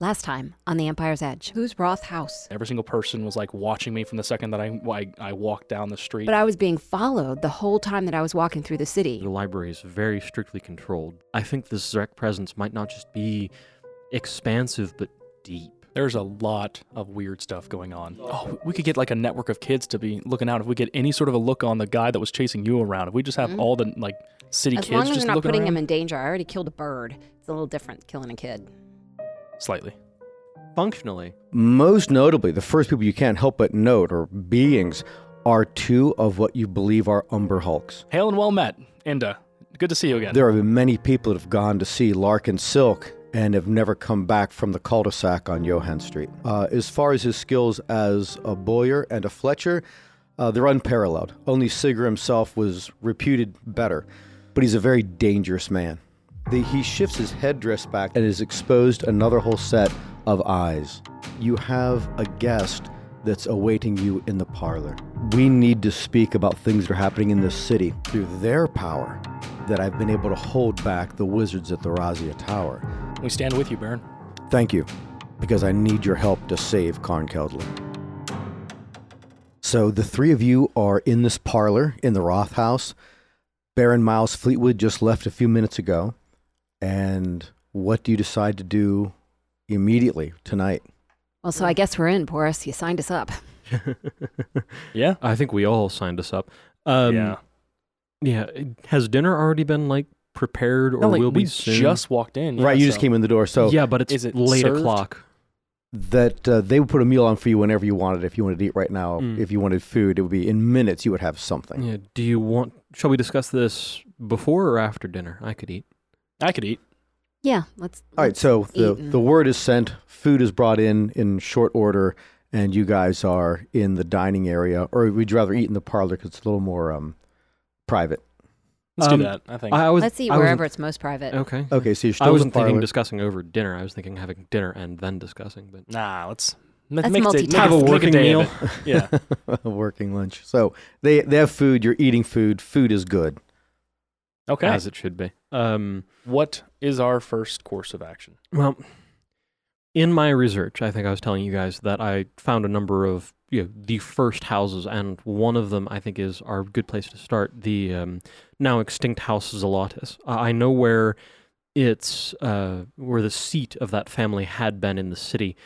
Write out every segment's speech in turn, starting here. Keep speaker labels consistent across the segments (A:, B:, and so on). A: Last time on The Empire's Edge, who's Roth House?
B: Every single person was like watching me from the second that I I, I walked down the street.
A: But I was being followed the whole time that I was walking through the city.
C: The library is very strictly controlled. I think this Zrek presence might not just be expansive, but deep.
B: There's a lot of weird stuff going on. Oh, we could get like a network of kids to be looking out. If we get any sort of a look on the guy that was chasing you around, if we just have all the like city
A: Mm-hmm. As
B: kids
A: long as
B: just
A: you're not
B: looking
A: putting
B: around,
A: him in danger, I already killed a bird. It's a little different killing a kid.
B: slightly.
C: Functionally,
D: Most notably, the first people you can't help but note or beings are two of what you believe are Umber Hulks.
B: Hail and well met, Inda. Good to see you again.
D: There have been many people that have gone to see Larkin Silk and have never come back from the cul-de-sac on Johann Street. Uh, as far as his skills as a bowyer and a fletcher, uh, they're unparalleled. Only Sigger himself was reputed better, but he's a very dangerous man. The, he shifts his headdress back and is exposed another whole set of eyes. You have a guest that's awaiting you in the parlor. We need to speak about things that are happening in this city through their power that I've been able to hold back the wizards at the Razia Tower.
B: We stand with you, Baron.
D: Thank you, because I need your help to save Karn Keldler. So the three of you are in this parlor in the Roth house. Baron Miles Fleetwood just left a few minutes ago. And what do you decide to do immediately tonight?
A: Well, so I guess we're in, Boris. You signed us up.
B: Yeah.
C: I think we all signed us up. Um,
B: yeah.
C: yeah. Has dinner already been like prepared or
B: No, like,
C: will
B: we
C: be soon?
B: just walked in.
D: right,
B: yeah,
D: you just
B: so-
D: came in the door. So
C: yeah, but it's
B: is it
C: late
B: served?
C: o'clock.
D: that uh, they would put a meal on for you whenever you wanted. If you wanted to eat right now,
C: Mm.
D: if you wanted food, it would be in minutes you would have something.
C: Yeah. Do you want? Shall we discuss this before or after dinner? I could eat.
B: I could eat.
A: Yeah, let's.
D: All right, so the,
A: eaten.
D: the word is sent, food is brought in in short order, and you guys are in the dining area, or we'd rather eat in the parlor because it's a little more um, private.
B: Let's
C: Um,
B: do that. I think.
C: I, I was.
A: let's eat
C: I was-
A: wherever it's most private.
C: Okay.
D: Okay, so you're still
C: I
D: in
C: wasn't
D: the parlor.
C: thinking discussing over dinner. I was thinking having dinner and then discussing. But
B: nah, let's make,
A: Let's
B: make it- make
A: multitask. Have a
B: it- make
C: working
B: day of
C: meal.
B: it. Yeah.
D: working lunch. So they, they have food, you're eating food, food is good.
B: Okay.
C: as it should be. Um,
B: what is our first course of action?
C: well, in my research, I think I was telling you guys that I found a number of you know, the first houses, and one of them I think is our good place to start. The um, now extinct house Zelatis. I I know where it's uh, where the seat of that family had been in the city.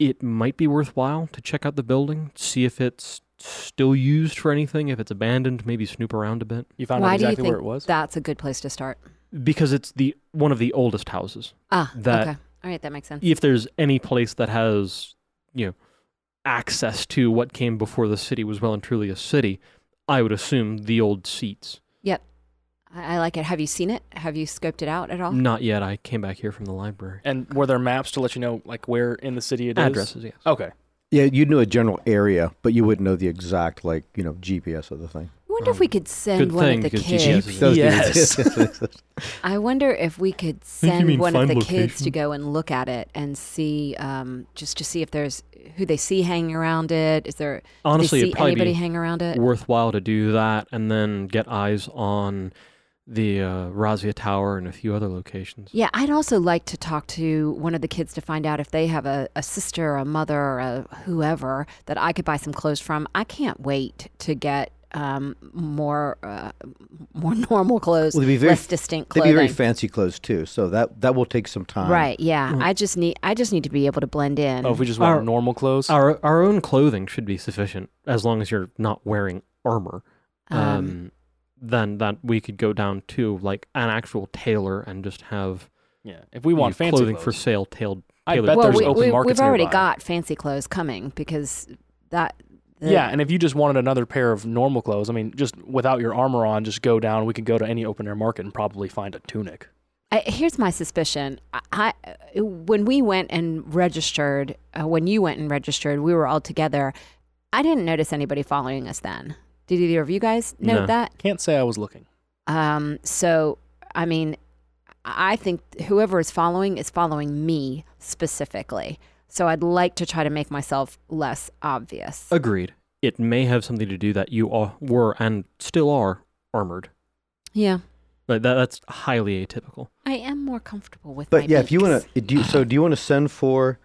C: It might be worthwhile to check out the building, see if it's still used for anything. If it's abandoned, maybe snoop around a bit.
B: You found
A: Why
B: out
A: do you
B: exactly
A: think
B: where it was?
A: that's a good place to start?
C: because it's the one of the oldest houses.
A: Ah,
C: That-
A: okay. All right, that makes sense.
C: If there's any place that has, you know, access to what came before the city was well and truly a city, I would assume the old seats.
A: I, I like it. Have you seen it? Have you scoped it out at all?
C: Not yet. I came back here from the library.
B: and were there maps to let you know like where in the city it is? Oh,
C: Addresses, yes.
B: Okay.
D: Yeah, you'd know a general area, but you wouldn't know the exact, like, you know, GPS of the thing.
A: I wonder if we could send
C: good
A: one
C: thing,
A: of the
C: because
A: kids.
C: GPS
D: That was the-
A: I wonder if we could
C: you
A: send
C: mean
A: one of
C: find
A: the kids to
C: location.
A: go and look at it and see, um, just to see if there's who they see hanging around it. Is there do
C: Honestly,
A: they see
C: it'd probably
A: anybody
C: be
A: hanging around it?
C: worthwhile to do that and then get eyes on the uh, Razia Tower and a few other locations.
A: Yeah, I'd also like to talk to one of the kids to find out if they have a, a sister, or a mother, or a whoever that I could buy some clothes from. I can't wait to get um, more uh, more normal clothes,
D: Well, they'd be very-
A: less distinct
D: They'd
A: clothing.
D: be very fancy clothes, too, so that, that will take some time.
A: right? Yeah, I just need I just need to be able to blend in.
B: Oh, if we just want
C: Our-
B: normal clothes.
C: Our our own clothing should be sufficient as long as you're not wearing armor. um,
A: Um,
C: then that we could go down to like an actual tailor and just have
B: yeah. If we
C: you know,
B: want fancy
C: clothing
B: clothes.
C: for sale tailed
B: I
C: tailor-
B: bet
A: well,
B: there's
A: we,
B: open
A: we,
B: markets
A: we've already
B: nearby.
A: got fancy clothes coming because that. the-
B: yeah, and if you just wanted another pair of normal clothes, I mean, just without your armor on, just go down. We could go to any open air market and probably find a tunic.
A: I, here's my suspicion. I, I when we went and registered, uh, when you went and registered, we were all together. I didn't notice anybody following us then. Did either of you guys note
C: No.
A: that?
B: Can't say I was looking.
A: Um, so, I mean, I think whoever is following is following me specifically. So I'd like to try to make myself less obvious.
C: Agreed. It may have something to do that you are, were and still are armored.
A: yeah.
C: Like that, that's highly atypical.
A: I am more comfortable with.
D: But
A: my
D: yeah, if you want
A: beaks.
D: to, do you, so do you want to send for,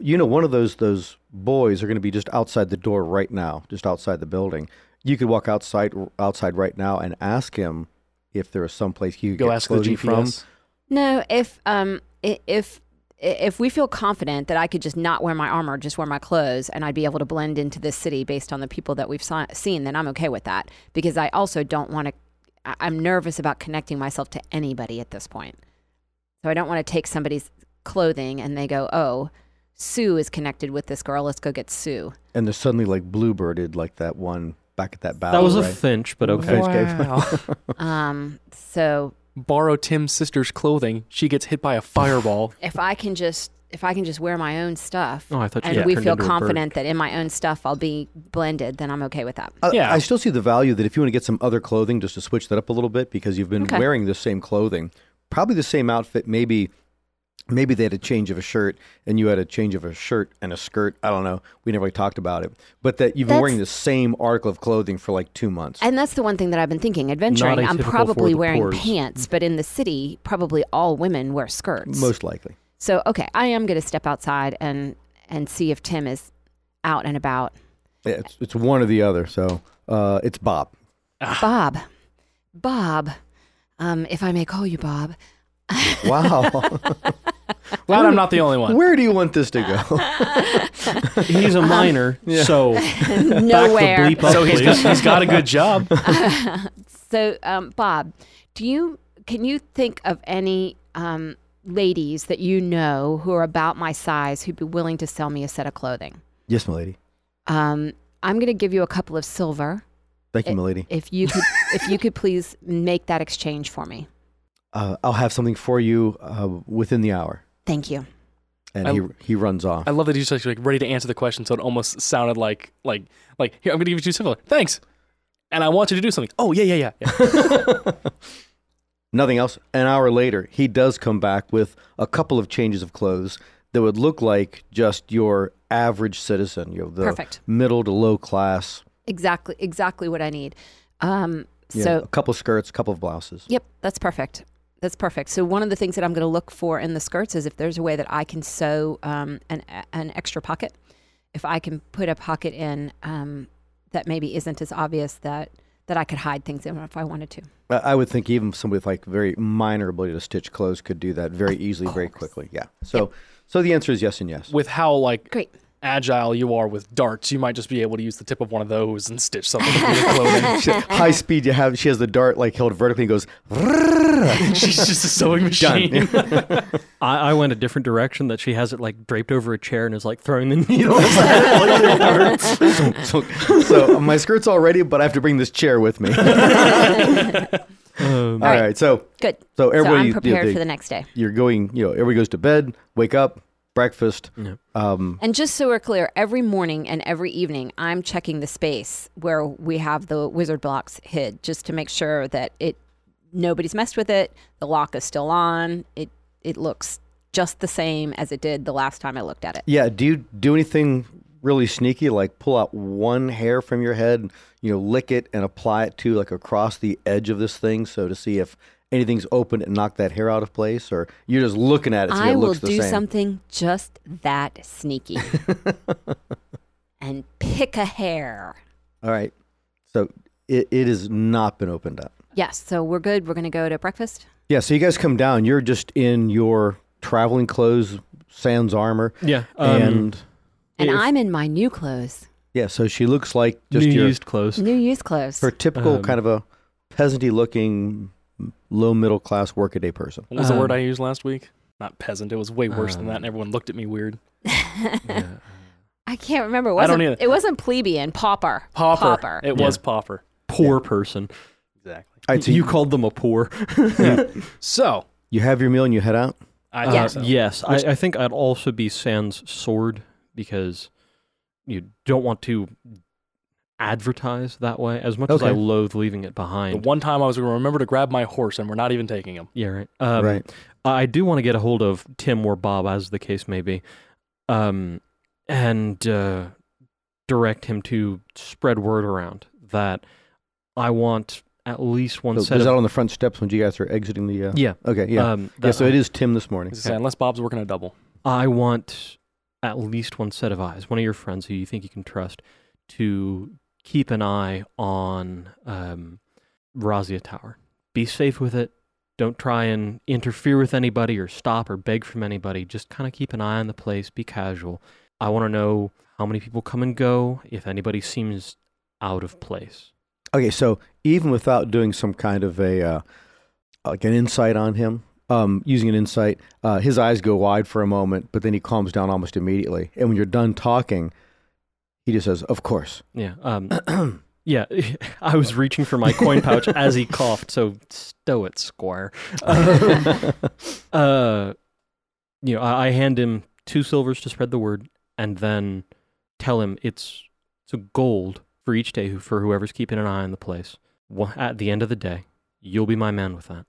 D: you know, one of those those boys are going to be just outside the door right now, just outside the building. You could walk outside outside right now and ask him if there is someplace he could
B: Go
D: get
B: ask the
D: clothing from.
B: GPS.
A: No, if um, i- if if we feel confident that I could just not wear my armor, just wear my clothes, and I'd be able to blend into this city based on the people that we've si- seen, then I'm okay with that because I also don't want to. I'm nervous about connecting myself to anybody at this point, so I don't want to take somebody's clothing and they go, "Oh, Sue is connected with this girl. Let's go get Sue."
D: And they're suddenly like bluebirded, like that one back at that battle.
C: That was a
D: Oh, right?
C: finch, but okay.
D: Finch gave-
B: Wow.
A: um, so
B: Borrow Tim's sister's clothing. She gets hit by a fireball.
A: if I can just if I can just wear my own stuff,
C: Oh, I thought you
A: and
C: got
A: we
C: turned
A: feel
C: into a bird.
A: confident that in my own stuff I'll be blended, then I'm okay with that.
D: I,
B: Yeah.
D: I still see the value that if you want to get some other clothing, just to switch that up a little bit, because you've been
A: Okay.
D: wearing the same clothing, probably the same outfit. Maybe, maybe they had a change of a shirt, and you had a change of a shirt and a skirt. I don't know. We never really talked about it, but that you've been wearing the same article of clothing for like two months.
A: And that's the one thing that I've been thinking. Adventuring, I'm
C: atypical for
A: probably
C: the
A: wearing
C: pores.
A: pants, but in the city, probably all women wear skirts.
D: most likely,
A: So okay, I am going to step outside and and see if Tim is out and about.
D: Yeah, it's, it's one or the other. So uh, it's Bob.
C: Ah.
A: Bob, Bob, um, if I may call you Bob,
D: Wow,
B: Glad I'm not the only one.
D: where do you want this to go?
C: He's a minor, so
A: nowhere.
C: Back the bleep up,
B: So he's
C: please.
B: got, he's got a good job.
A: So, um, Bob, do you can you think of any um, ladies that you know who are about my size who'd be willing to sell me a set of clothing?
D: yes, milady.
A: Um, I'm going to give you a couple of silver
D: Thank you,
A: Eh,
D: milady.
A: if you could if you could please make that exchange for me.
D: Uh, I'll have something for you uh, within the hour.
A: Thank you.
D: And
B: I-
D: he he runs off.
B: I love that he's just like ready to answer the question, so it almost sounded like like like here I'm gonna give you two similar. Thanks, and I want you to do something. Oh yeah yeah yeah. yeah.
D: Nothing else. An hour later, he does come back with a couple of changes of clothes that would look like just your average citizen, you know, the
A: Perfect.
D: middle to low class.
A: Exactly exactly what I need. Um,
D: you
A: so
D: know, a couple skirts, a couple of blouses.
A: Yep, that's perfect. That's perfect. So one of the things that I'm going to look for in the skirts is if there's a way that I can sew um, an an extra pocket. If I can put a pocket in um, that maybe isn't as obvious that that I could hide things in if I wanted to.
D: I I would think even somebody with like very minor ability to stitch clothes could do that very easily, very quickly. Yeah. So, so the answer is yes and yes.
B: With how like
A: Great.
B: agile you are with darts, you might just be able to use the tip of one of those and stitch something into your clothing.
D: High speed, you have. She has the dart like held vertically and goes.
B: She's just a sewing machine.
C: I, I went a different direction that she has it like draped over a chair and is like throwing the needle.
D: so uh, my skirt's all ready, but I have to bring this chair with me. all right. So
A: Good.
D: So everybody,
A: I'm
D: you-
A: prepared
D: they-
A: for the next day.
D: you're going. You know, everybody goes to bed, wake up, breakfast. Um,
A: And just so we're clear, every morning and every evening, I'm checking the space where we have the wizard blocks hid, just to make sure that it nobody's messed with it. The lock is still on. It it looks just the same as it did the last time I looked at it.
D: yeah. Do you do anything really sneaky, like pull out one hair from your head, you know, lick it and apply it to like across the edge of this thing, so to see if anything's open and knock that hair out of place, or you're just looking at it. So
A: I
D: it
A: will
D: looks the
A: do
D: same.
A: something just that sneaky and pick a hair.
D: All right. So it, it has not been opened up.
A: Yes, so we're good. We're going to go to breakfast.
D: Yeah. So you guys come down. You're just in your traveling clothes, sans armor,
C: yeah, um,
D: and
A: And
C: If-
A: I'm in my new clothes,
D: yeah. So she looks like just
C: new
D: your
C: used clothes.
A: new use clothes.
D: her typical
C: Um,
D: kind of a peasanty looking low middle class workaday person.
B: What was the word
C: Um,
B: I used last week? Not peasant. It was way worse than that, and everyone looked at me weird.
A: I can't remember. It
B: I don't
A: wasn't,
B: either.
A: it wasn't plebeian, pauper.
B: Popper.
A: Pauper.
B: It
C: Yeah.
B: was popper.
C: Poor person.
B: Exactly.
D: All right, so
C: you
D: you,
C: called them a poor.
B: So
D: you have your meal and you head out.
A: Uh,
B: I thought
A: Yeah.
B: so.
C: Yes, I,
B: Which-
C: I think I'd also be Sans sword because you don't want to advertise that way. As much as I
D: Okay.
C: loathe leaving it
B: The
C: behind.
B: one time I was going to remember to grab my horse, and we're not even taking him.
C: yeah, right. Um,
D: right.
C: I I do want to get a hold of Tim or Bob, as the case may be, um, and uh, direct him to spread word around that I want at least one
D: So
C: set
D: is that
C: of
D: on the front steps when you guys are exiting the? Uh,
C: yeah.
D: Okay. Yeah.
C: Um,
D: yeah.
C: that-
D: So it is Tim this morning.
B: As I say, unless Bob's working a double.
C: I want at least one set of eyes, one of your friends who you think you can trust, to keep an eye on um, Razia Tower. Be safe with it. Don't try and interfere with anybody or stop or beg from anybody. Just kind of keep an eye on the place. Be casual. I want to know how many people come and go, if anybody seems out of place.
D: Okay, so even without doing some kind of a uh, like an insight on him, um, using an insight, uh, his eyes go wide for a moment, but then he calms down almost immediately. And when you're done talking, he just says, "Of course."
C: Yeah. Um, yeah. I was reaching for my coin pouch as he coughed, so stow it, squire. uh, you know, I, I hand him two silvers to spread the word, and then tell him it's it's a gold for each day who- for whoever's keeping an eye on the place. Wha- At the end of the day, you'll be my man with that.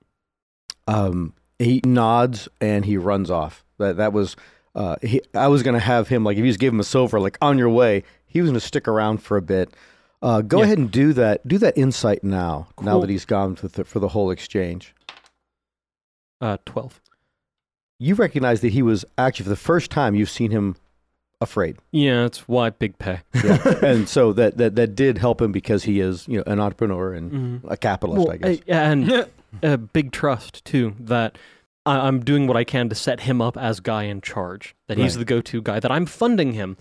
D: um, he nods and he runs off. That that was. Uh, he, I was gonna have him like if you just gave him a silver, like on your way. He was gonna stick around for a bit. Uh, go
C: Yeah.
D: ahead and do that. Do that insight now. Now
C: Cool.
D: that he's gone for the, for the whole exchange.
C: Uh, twelve.
D: you recognize that he was actually for the first time you've seen him afraid
C: Yeah, that's why big pay.
D: and so that, that that did help him because he is you know an entrepreneur and
C: Mhm.
D: a capitalist i guess
C: uh, and a big trust too that I, I'm doing what I can to set him up as guy in charge. That he's
D: Right.
C: the go-to guy. That I'm funding him,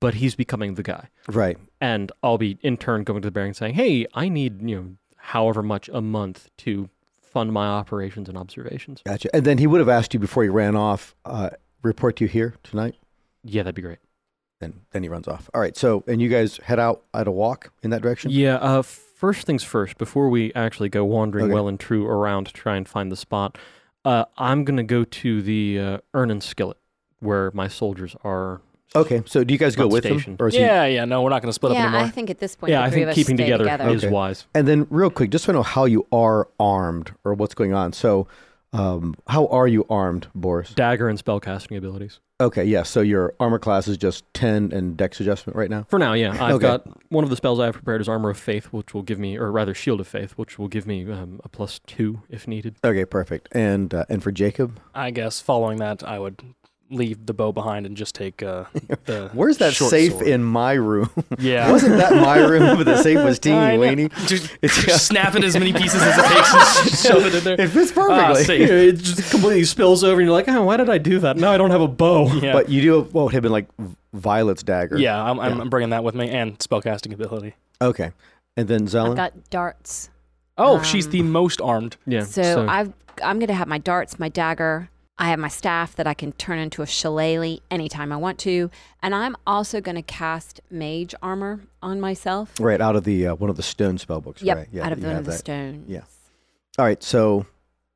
C: but he's becoming the guy.
D: right
C: and I'll be in turn going to the bearing saying, "Hey, I need you know however much a month to fund my operations and observations."
D: gotcha and then he would have asked you before he ran off uh, report to you here tonight
C: Yeah, that'd be great.
D: then then he runs off all right so and you guys head out at a walk in that direction
C: Yeah. Uh, first things first, before we actually go wandering
D: Okay.
C: well and true around to try and find the spot, uh, I'm gonna go to the uh, urn and skillet where my soldiers are.
D: okay so do you guys go
C: Not
D: with him
C: stationed.
D: or is he-
B: Yeah, yeah. No, we're not going to split up
A: yeah,
B: anymore.
A: I think at this point,
C: yeah,
A: the
C: I
A: three
C: think
A: of us
C: keeping
A: stay
C: together, is
D: Okay.
C: wise.
D: and then real quick just to know how you are armed or what's going on so um, how are you armed boris
C: Dagger and spellcasting abilities.
D: okay yeah so your armor class is just 10 and dex adjustment right now
C: For now, yeah, I've
D: Okay.
C: got one of the spells I have prepared is Armor of Faith, which will give me, or rather Shield of Faith, which will give me um, a plus two if needed.
D: Okay, perfect. And uh, and for Jacob,
B: I guess following that, I would leave the bow behind and just take uh, the.
D: where's that
B: short
D: safe
B: sword.
D: in my room?
B: Yeah.
D: Wasn't that my room? But the safe was teeny
B: I know.
D: weeny.
B: Just
D: It's- yeah.
B: snap it as many pieces as it takes and shove it in there.
D: It fits
B: Ah,
D: perfectly.
B: safe.
C: it just completely spills over, and you're like, oh, why did I do that? Now I don't have a bow.
B: Yeah.
D: But you do what would have been like V- Violet's dagger.
B: yeah, I'm, I'm
D: Yeah.
B: bringing that with me and spellcasting ability.
D: Okay. And then
A: I've
D: Zelen.
A: got darts.
B: Oh, she's
A: Um,
B: the most armed.
C: Yeah.
A: so I've, I'm going to have my darts, my dagger. I have my staff that I can turn into a shillelagh anytime I want to. And I'm also going to cast mage armor on myself.
D: right out of the uh, one of the stone spell books.
A: Yep,
D: Right. Yeah.
A: out of
D: you
A: one
D: have
A: of the
D: that.
A: stones.
D: Yeah. All right. So,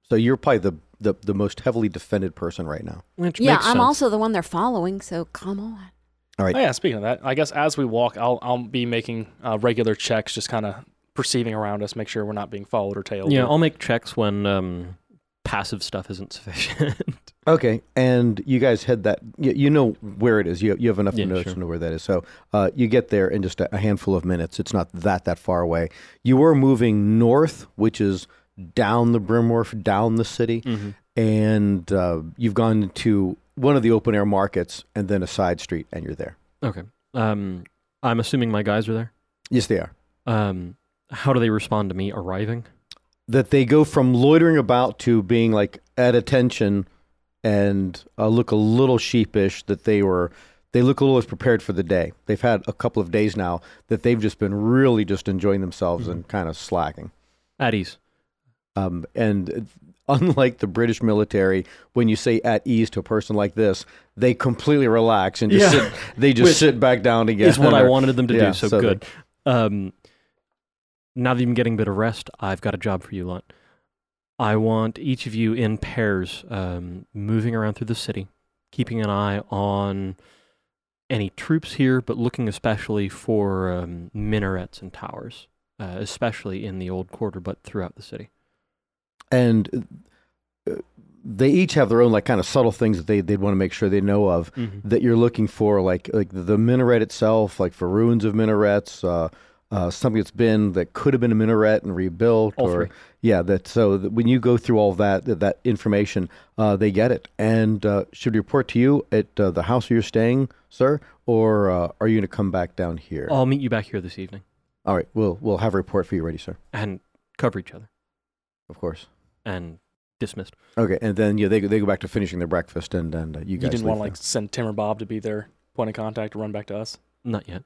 D: so you're probably the, the the most heavily defended person right now.
C: which
A: yeah,
C: makes
A: I'm
C: sense.
A: also the one they're following, so come on.
B: Oh, yeah, speaking of that, I guess as we walk, I'll, I'll be making uh, regular checks, just kind of perceiving around us, make sure we're not being followed or tailed.
C: Yeah,
B: or-
C: I'll make checks when um, passive stuff isn't sufficient.
D: Okay. And you guys head that. You, you know where it is. You you have enough
C: Yeah,
D: to notice
C: sure.
D: to know where that is. So, uh, you get there in just a, a handful of minutes. It's not that that far away. You were moving north, which is down the Brimworth, down the city.
C: Mm-hmm.
D: and uh, you've gone to one of the open air markets and then a side street and you're there.
C: Okay. Um, I'm assuming my guys are there.
D: Yes, they are.
C: Um, how do they respond to me arriving?
D: That they go from loitering about to being like at attention and uh, look a little sheepish that they were. They look a little as prepared for the day. They've had a couple of days now that they've just been really just enjoying themselves
C: Mm-hmm.
D: and kind of slacking.
C: At ease.
D: Um, and uh, unlike the British military, when you say at ease to a person like this, they completely relax and just
C: Yeah.
D: sit, they just
C: Which
D: sit back down again.
C: is what I
D: or-
C: wanted them to
D: yeah,
C: do. So,
D: so they-
C: good. Um, now that I'm getting a bit of rest, I've got a job for you, Lunt. I want each of you in pairs, um, moving around through the city, keeping an eye on any troops here, but looking especially for um, minarets and towers, uh, especially in the old quarter, but throughout the city.
D: and uh, they each have their own like kind of subtle things that they they'd want to make sure they know of that you're looking for like like the minaret itself like for ruins of minarets uh uh, something that's been that could have been a minaret and rebuilt,
C: All
D: or
C: three.
D: yeah, that so that when you go through all that that, that information, uh, they get it and uh, should report to you at uh, the house where you're staying, sir, or uh, are you going to come back down here?
B: Oh.
C: I'll meet you back here this evening
D: All right, we'll we'll have a report for you ready, sir.
C: and cover each other
D: Of course.
C: and dismissed.
D: Okay, and then yeah, they go- they go back to finishing their breakfast, and and uh, you
B: You
D: guys
B: didn't
D: leave
B: want to
D: now.
B: like send Tim or Bob to be their point of contact to run back to us.
C: Not yet.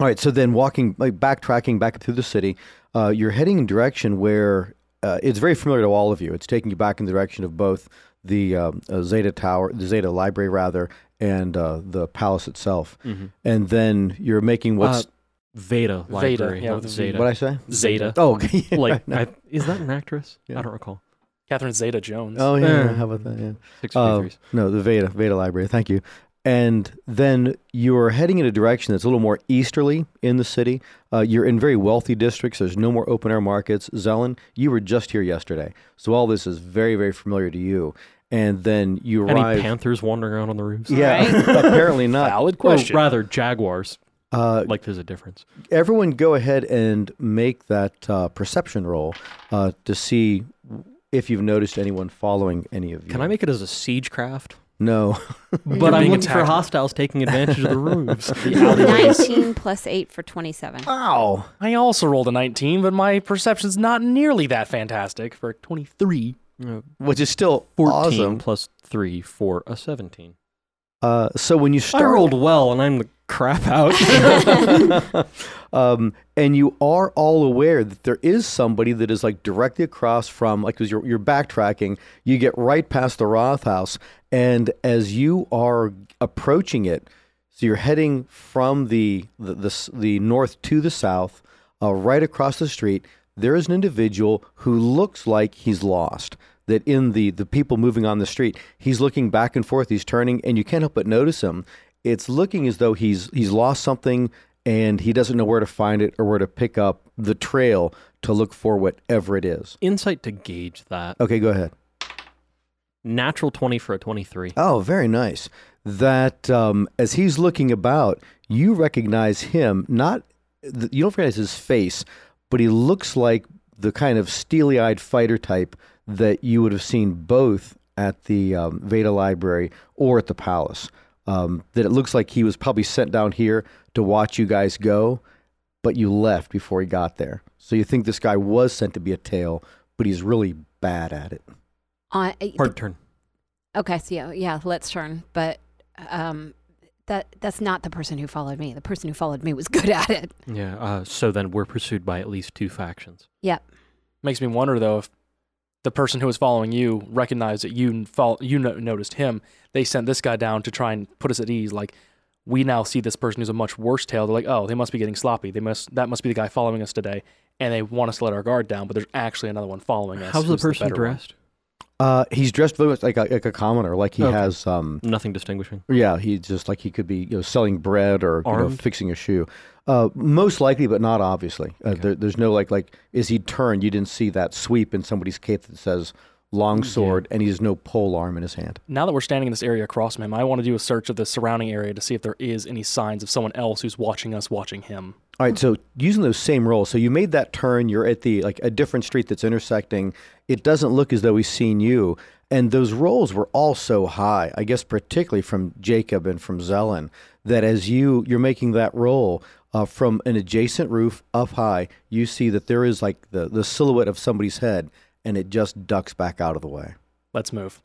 D: All right, so then walking, like backtracking back through the city, uh, you're heading in a direction where uh, it's very familiar to all of you. It's taking you back in the direction of both the um, uh, Zeta Tower, the Zeta Library, rather, and uh, the palace itself.
C: Mm-hmm.
D: And then you're making what's
C: Uh, Veda library,
B: yeah,
C: not
B: with a V.
C: Zeta.
D: what I say?
C: Zeta.
D: Oh, okay. yeah,
C: like,
D: no.
C: I, is that an actress?
D: Yeah.
C: I don't recall.
B: Catherine Zeta Jones.
D: oh yeah,
C: Uh,
D: yeah, how about that? Yeah.
C: Six
D: Uh,
C: figures.
D: No, the Veda Veda Library. Thank you. And then you're heading in a direction that's a little more easterly in the city. Uh, you're in very wealthy districts. There's no more open air markets. Zelen, you were just here yesterday, so all this is very very familiar to you. And then you
C: Any
D: arrive.
C: panthers wandering around on the roofs?
D: yeah, apparently not.
B: Valid
C: Or
B: question.
C: rather, jaguars.
D: Uh,
C: Like, there's a difference.
D: everyone, go ahead and make that uh, perception roll uh, to see if you've noticed anyone following any of you.
C: Can I make it as a siege craft?
D: No.
C: But I'm
B: being
C: looking for
B: attacked.
C: hostiles taking advantage of the roofs.
B: The alleyways.
A: 19 plus 8 for 27.
D: Ow.
B: I also rolled a 19, but my perception's not nearly that fantastic for 23.
C: Uh,
D: Which is still
C: 14
D: awesome.
C: plus 3 for a 17.
D: Uh, so when you start,
C: I rolled well and I'm the crap out.
D: um, and you are all aware that there is somebody that is like directly across from, like, because you're, you're backtracking, you get right past the Roth house. And as you are approaching it, so you're heading from the, the, the, s- the north to the south, uh, right across the street, there is an individual who looks like he's lost. That in the, the people moving on the street, he's looking back and forth, he's turning, and you can't help but notice him. It's looking as though he's he's lost something and he doesn't know where to find it or where to pick up the trail to look for whatever it is.
C: Insight to gauge that.
D: Okay, go ahead.
C: Natural 20 for a 23.
D: Oh, very nice. That um, as he's looking about, you recognize him. Not th- you don't recognize his face, but he looks like the kind of steely-eyed fighter type that you would have seen both at the um, Veda Library or at the Palace. Um, that it looks like he was probably sent down here to watch you guys go, but you left before he got there. So you think this guy was sent to be a tail, but he's really bad at it.
A: Uh, I-
C: Hard turn.
A: okay, so yeah, yeah, let's turn. But um, that that's not the person who followed me. The person who followed me was good at it.
C: Yeah. Uh, so then we're pursued by at least two factions.
B: Makes me wonder, though, if the person who was following you recognized that you, n- fol- you no- noticed him. They sent this guy down to try and put us at ease. Like, we now see this person who's a much worse tail. They're like, oh, they must be getting sloppy. They must That must be the guy following us today. And they want us to let our guard down, but there's actually another one following us.
C: How's the
B: who's
C: person
B: better one.
C: dressed?
D: Uh, he's dressed very much like a, like a commoner, like he
C: Okay.
D: has um,
C: Nothing distinguishing.
D: yeah, he just like he could be you know selling bread or you know,
C: Armed?
D: fixing a shoe. Uh, most likely, but not obviously. Uh,
C: Okay.
D: there, there's no like like is he turned? You didn't see that sweep in somebody's cape that says long sword, and he has no pole arm in his hand.
B: Now that we're standing in this area across from him, I want to do a search of the surrounding area to see if there is any signs of someone else who's watching us watching him.
D: All right, so using those same rolls, so you made that turn. You're at the like a different street that's intersecting. It doesn't look as though he's seen you, and those rolls were all so high. I guess particularly from Jacob and from Zelen that as you you're making that roll uh, from an adjacent roof up high, you see that there is like the the silhouette of somebody's head, and it just ducks back out of the way.
B: Let's move.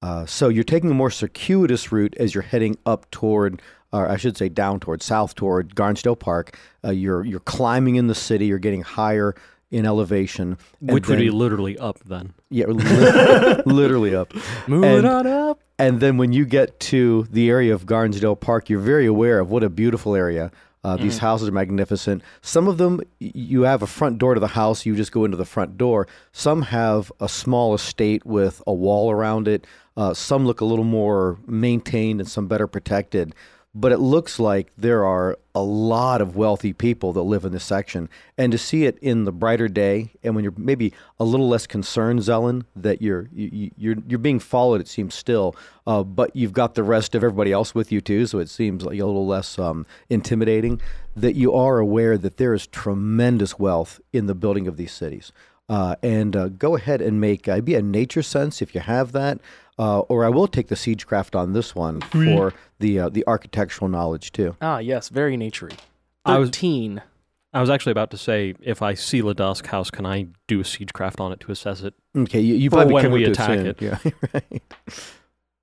D: Uh, so you're taking a more circuitous route as you're heading up toward, or I should say down toward, south toward Garnsdale Park. Uh, you're you're climbing in the city. You're getting higher in elevation, and
C: Which would
D: then-
C: be literally up then.
D: yeah, lit- literally up.
B: Move
D: And-
B: on up.
D: And then when you get to the area of Garnsdale Park, you're very aware of what a beautiful area. Uh, These houses are magnificent. Some of them, y- you have a front door to the house, you just go into the front door. Some have a small estate with a wall around it. Uh, some look a little more maintained and some better protected. but it looks like there are a lot of wealthy people that live in this section. And to see it in the brighter day, and when you're maybe a little less concerned, Zelen, that you're you, you- you're you're being followed, it seems still, uh, but you've got the rest of everybody else with you too, so it seems like a little less um, intimidating. That you are aware that there is tremendous wealth in the building of these cities. Uh, and uh, go ahead and make uh, be a nature sense if you have that, uh, or I will take the siegecraft on this one for the uh, the architectural knowledge too.
B: Ah, yes, very naturey.
C: I was-
B: Thirteen.
C: I was actually about to say, if I seal a Dusk house, can I do a siegecraft on it to assess it?
D: Okay, you, you
C: For
D: probably
C: when
D: came up
C: we
D: too
C: attack
D: soon.
C: it.
D: Yeah, right.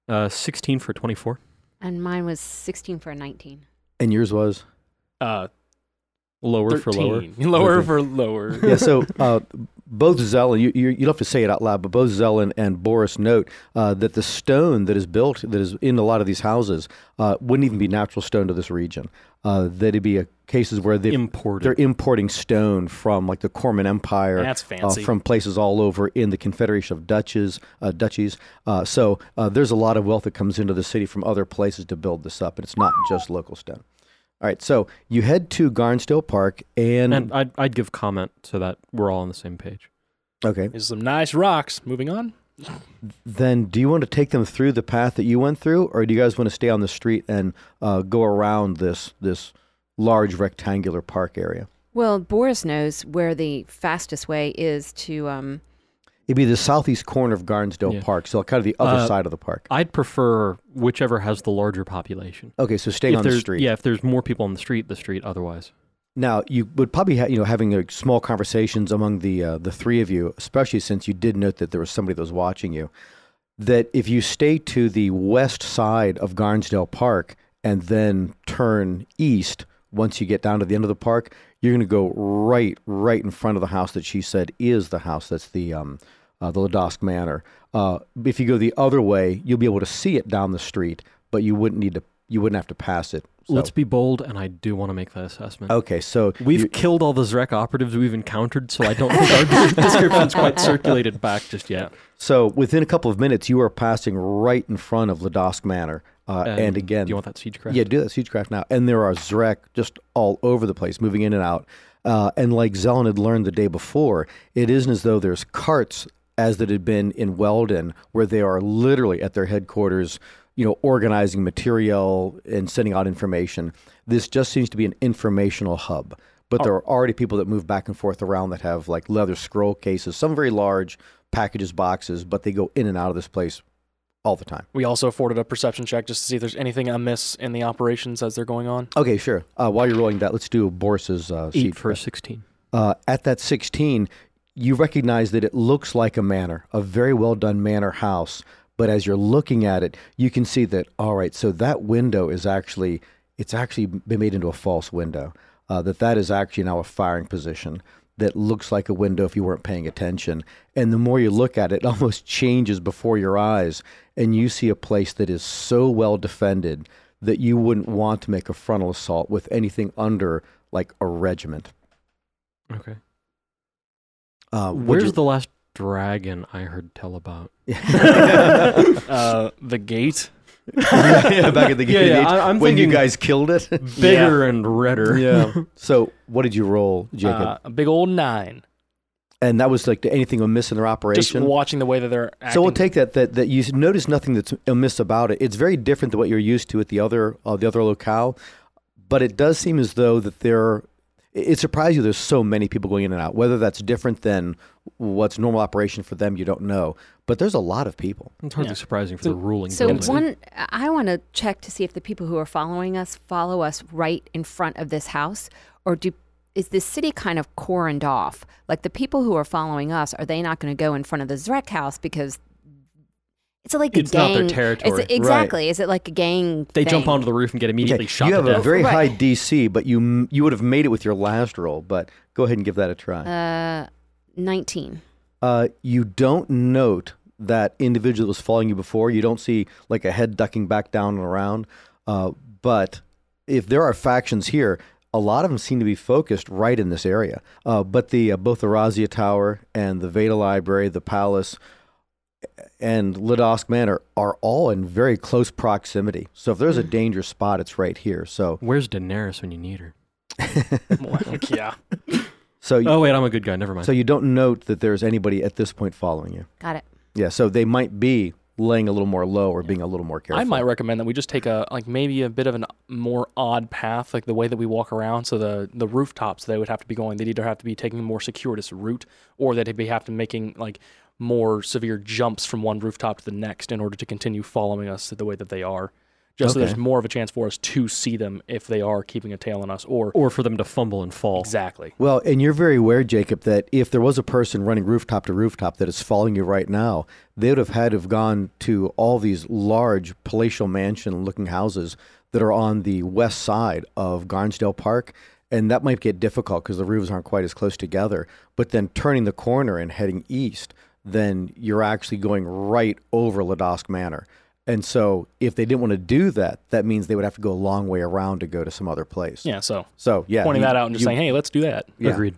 C: Uh, 16 for 24.
A: And mine was 16 for a 19.
D: And yours was
B: uh,
C: Lower
B: 13.
C: for lower.
B: lower
D: Okay.
B: for lower.
D: yeah. So uh, both Zelen, you, you you don't have to say it out loud, but both Zelen and Boris note uh, that the stone that is built that is in a lot of these houses uh, wouldn't even be natural stone to this region. Uh, that it'd be a, cases where they
C: Imported.
D: they're importing stone from like the Corman Empire.
B: That's
D: uh,
B: fancy.
D: from places all over in the Confederation of Dutches, uh, duchies. Uh, so uh, there's a lot of wealth that comes into the city from other places to build this up, and it's not just local stone. All right, so you head to Garnsdale Park, and,
C: And uh, I'd, I'd give comment so that we're all on the same page.
D: okay,
B: There's some nice rocks. Moving on.
D: then do you want to take them through the path that you went through, or do you guys want to stay on the street and uh, go around this this large rectangular park area?
A: Well, Boris knows where the fastest way is to. Um,
D: It'd be the southeast corner of Garnsdale
C: Yeah.
D: Park, so kind of the other
C: Uh,
D: side of the park.
C: I'd prefer whichever has the larger population.
D: Okay, so staying
C: If
D: on the
C: there's-
D: street.
C: Yeah, if there's more people on the street, the street otherwise.
D: Now you would probably ha- you know having like, small conversations among the uh, the three of you, especially since you did note that there was somebody that was watching you. That if you stay to the west side of Garnsdale Park and then turn east once you get down to the end of the park, you're going to go right right in front of the house that she said is the house. That's the um, uh, the Ladosk Manor. Uh, if you go the other way, you'll be able to see it down the street, but you wouldn't need to you wouldn't have to pass it. So-
C: Let's be bold, and I do want to make that assessment.
D: okay, so
C: We've killed all the Zrek operatives we've encountered, so I don't think our description's quite circulated back just yet.
D: So within a couple of minutes, you are passing right in front of Ladosk Manor, uh, and,
C: And
D: again,
C: Um, do you want that siege craft?
D: yeah, do that siegecraft now. And there are Zrek just all over the place, moving in and out. Uh, and like Zelen had learned the day before, it isn't as though there's carts as that had been in Weldon, where they are literally at their headquarters, you know, organizing material and sending out information. This just seems to be an informational hub. But there are already people that move back and forth around that have like leather scroll cases, some very large packages, boxes, but they go in and out of this place all the time.
B: We also afforded a perception check just to see if there's anything amiss in the operations as they're going on.
D: Okay, sure. Uh, while you're rolling that, let's do Boris's uh,
C: Eight
D: siege
C: for a
D: check.
C: 16.
D: Uh, at that 16, you recognize that it looks like a manor, a very well done manor house. But as you're looking at it, you can see that all right. So that window is actually it's actually been made into a false window. Uh, that that is actually now a firing position that looks like a window if you weren't paying attention. And the more you look at it, it almost changes before your eyes, and you see a place that is so well defended that you wouldn't want to make a frontal assault with anything under like a regiment.
C: Okay.
D: Uh, would
C: Where's
D: you-
C: the last dragon I heard tell about?
B: Uh, the gate.
D: yeah, back
C: Yeah,
D: at the beginning,
C: yeah, I- I'm
D: when you
C: thinking-
D: guys killed it.
C: Bigger and redder.
D: yeah. So what did you roll, Jacob?
B: Uh, a big old nine.
D: and that was like anything amiss in their
B: Just
D: operation.
B: watching the way that they're acting.
D: so we'll take that that that you notice nothing that's amiss about it. It's very different than what you're used to at the other uh, the other locale, but it does seem as though that there. It it surprises you. There's so many people going in and out. Whether that's different than what's normal operation for them, you don't know. But there's a lot of people.
C: It's hardly
B: Yeah.
C: surprising for
B: So-
C: the ruling
A: so,
C: building.
A: one, I want to check to see if the people who are following us follow us right in front of this house, or do is this city kind of cordoned off? Like the people who are following us, are they not going to go in front of the Zrek house because it's like a
C: It's not
A: gang?
C: their territory.
A: Is it, exactly. Is it like a gang?
C: they jump
A: thing?
C: onto the roof and get immediately shot
D: you
C: to
D: have a
C: death.
D: very
A: Right.
D: high DC, but you m- you would have made it with your last roll. But go ahead and give that a try.
A: Uh, nineteen.
D: Uh, you don't note that individual that was following you before. You don't see like a head ducking back down and around. Uh, but if there are factions here, a lot of them seem to be focused right in this area. Uh, but the uh, both the Razia Tower and the Veda Library, the palace, and Lidosk Manor are all in very close proximity. So if there's
A: Hmm.
D: a danger spot, it's right here. So
C: Where's Daenerys when you need her?
B: Like, yeah.
D: so you,
C: Oh wait, I'm a good guy. Never mind.
D: so you don't note that there's anybody at this point following you.
A: Got it.
D: Yeah, so they might be laying a little more low or being a little more careful.
B: I might recommend that we just take a like maybe a bit of an more odd path, like the way that we walk around. So the the rooftops they would have to be going. They'd either have to be taking a more circuitous route, or they'd be have to making like more severe jumps from one rooftop to the next in order to continue following us the way that they are. Just so there's
D: Okay.
B: more of a chance for us to see them if they are keeping a tail on us, or
C: or for them to fumble and fall.
B: exactly.
D: Well, and you're very aware, Jacob, that if there was a person running rooftop to rooftop that is following you right now, they would have had to have gone to all these large palatial mansion looking houses that are on the west side of Garnsdale Park. And that might get difficult because the roofs aren't quite as close together. But then turning the corner and heading east, then you're actually going right over Ladosk Manor. And so if they didn't want to do that, that means they would have to go a long way around to go to some other place.
B: Yeah. So
D: So, yeah.
B: pointing
D: you-
B: that out and just
D: you-
B: saying, hey, let's do that.
D: yeah.
C: Agreed.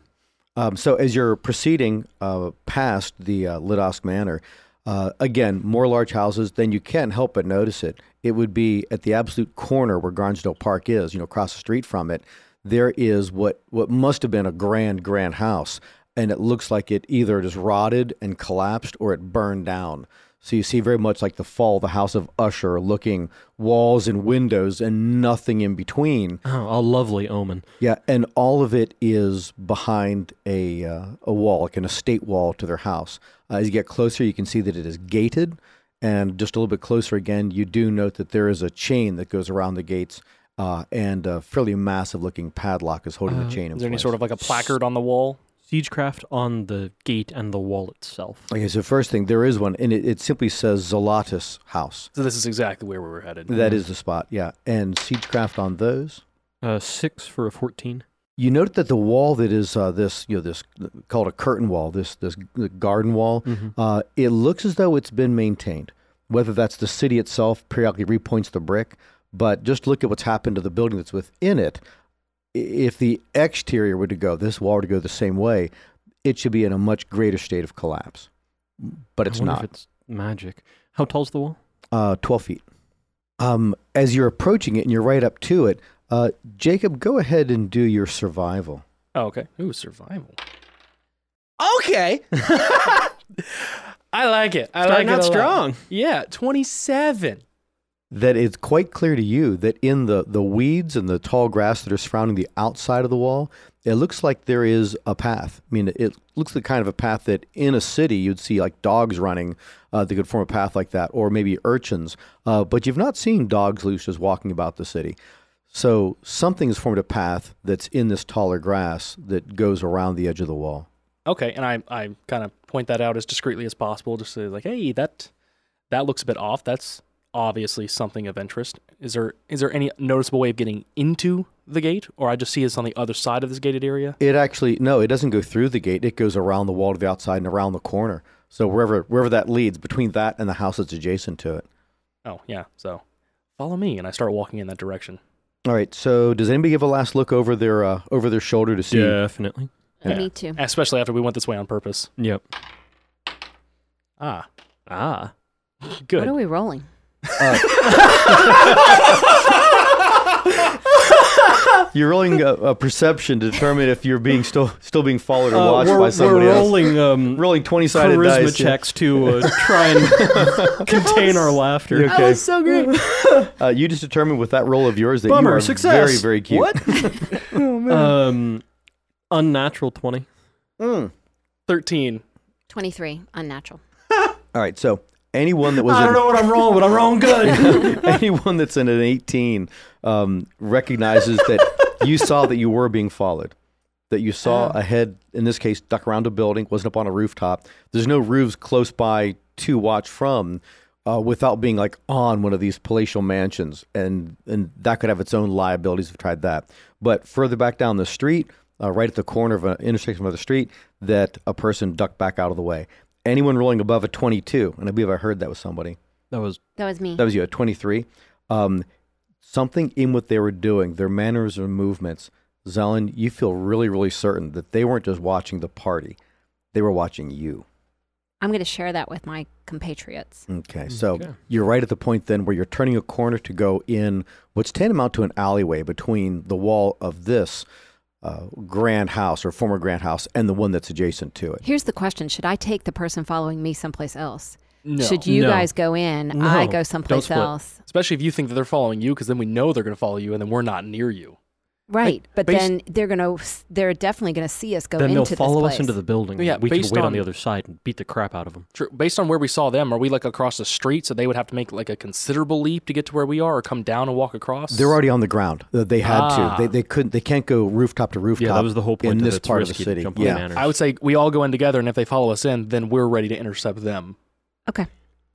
D: Um, so as you're proceeding uh, past the uh, Lidosk Manor, uh, again, more large houses, then you can't help but notice it. It would be at the absolute corner where Garnsdale Park is, you know, across the street from it. There is what, what must have been a grand, grand house, and it looks like it either just rotted and collapsed or it burned down. So you see very much like the fall of the House of Usher looking walls and windows and nothing in between.
C: Oh, a lovely omen.
D: Yeah, and all of it is behind a uh, a wall, like an estate wall to their house. Uh, as you get closer, you can see that it is gated, and just a little bit closer again, you do note that there is a chain that goes around the gates, uh, and a fairly massive looking padlock is holding the chain. In
B: Uh-huh. Is there any
D: place.
B: sort of like a placard on the wall?
C: Siegecraft on the gate and the wall itself.
D: Okay, so first thing, there is one, and it, it simply says Zolatus House.
B: So this is exactly where we were headed. Mm-hmm.
D: That is the spot, yeah. And siegecraft on those.
C: Uh, six for a fourteen.
D: You note that the wall that is uh, this, you know, this called a curtain wall, this this garden wall,
C: Mm-hmm.
D: uh, it looks as though it's been maintained. Whether that's the city itself periodically repoints the brick, but just look at what's happened to the building that's within it. I- If the exterior were to go, this wall were to go the same way, it should be in a much greater state of collapse. But it's
C: I wonder
D: not.
C: If it's magic. How tall's the wall?
D: Uh, 12 feet. Um, as you're approaching it and you're right up to it, uh, Jacob, go ahead and do your survival.
B: Oh, okay. Ooh, survival.
E: Okay.
B: I like it. I like
C: Starting
B: it
C: out
B: a lot.
C: strong.
B: Yeah, 27.
D: that it's quite clear to you that in the, the weeds and the tall grass that are surrounding the outside of the wall, it looks like there is a path. I mean, it looks the kind of a path that in a city you'd see like dogs running uh, that could form a path like that, or maybe urchins. Uh, but you've not seen dogs loose just walking about the city. So something has formed a path that's in this taller grass that goes around the edge of the wall.
B: Okay, and I, I kind of point that out as discreetly as possible, just to like, hey, that that looks a bit off. That's obviously something of interest. Is there is there any noticeable way of getting into the gate, or I just see it's on the other side of this gated area?
D: It actually no, it doesn't go through the gate. It goes around the wall to the outside and around the corner. So wherever wherever that leads, between that and the house that's adjacent to it.
B: Oh yeah, so follow me, and I start walking in that direction.
D: All right. So does anybody give a last look over their uh, over their shoulder to see?
C: Definitely.
A: I need to.
B: Especially after we went this way on purpose.
C: Yep.
B: Ah,
C: Ah.
A: What are
B: good.
A: we rolling?
D: You're rolling a, a perception to determine if you're being still still being followed or watched
C: Uh, we're,
D: by somebody
C: we're
D: else.
C: rolling um,
D: Rolling twenty sided
C: charisma
D: dice. yeah.
C: checks to uh, try and contain our laughter.
D: Okay.
E: so great.
D: Uh, you just determined with that roll of yours that you
C: Bummer,
D: are
C: success.
D: very very cute.
E: What?
C: Um, unnatural twenty.
D: Mm.
B: Thirteen.
A: 23. Unnatural.
D: All right. So anyone that was in,
C: what I'm wrong, but I'm wrong good.
D: anyone that's in an 18 um, recognizes that you saw that you were being followed that you saw a head in this case duck around a building wasn't up on a rooftop there's no roofs close by to watch from uh, without being like on one of these palatial mansions and and that could have its own liabilities if tried that but further back down the street uh, right at the corner of an intersection of the street that a person ducked back out of the way anyone rolling above a 22 and i believe i heard that was somebody
C: That was
A: That was me.
D: that was you at 23. Um, something in what they were doing, their manners or movements, Zelen, you feel really, really certain that they weren't just watching the party, they were watching you.
A: I'm going to share that with my compatriots.
D: Okay, so
C: Okay.
D: you're right at the point then where you're turning a corner to go in what's tantamount to an alleyway between the wall of this uh, grand house or former grand house and the one that's adjacent to it.
A: Here's the question Should I take the person following me someplace else?
B: No.
A: Should you
C: No.
A: guys go in? I
C: No.
A: go
C: Don't
A: someplace
C: split.
A: else.
B: Especially if you think that they're following you, because then we know they're going to follow you, and then we're not near you.
A: Right. but
B: based-
A: then they're going to, they're definitely going to see us go
C: then
A: into
C: they'll
A: this
C: follow us
A: place.
C: into the building.
B: Yeah,
C: we can
B: based
C: wait on,
B: on-
C: the other side and beat the crap out of them.
B: True. Based on where we saw them, are we like across the street, so they would have to make like a considerable leap to get to where we are, or come down and walk across?
D: They're already on the ground. Uh, They had
B: Ah.
D: to. They, they couldn't. They can't go rooftop to rooftop.
C: Yeah, that was the whole point.
D: in
C: that
D: this
C: it's
D: part of the
C: risky
D: city.
C: To jump on
D: yeah,
C: manners.
B: I would say we all go in together, and if they follow us in, then we're ready to intercept them.
A: Okay.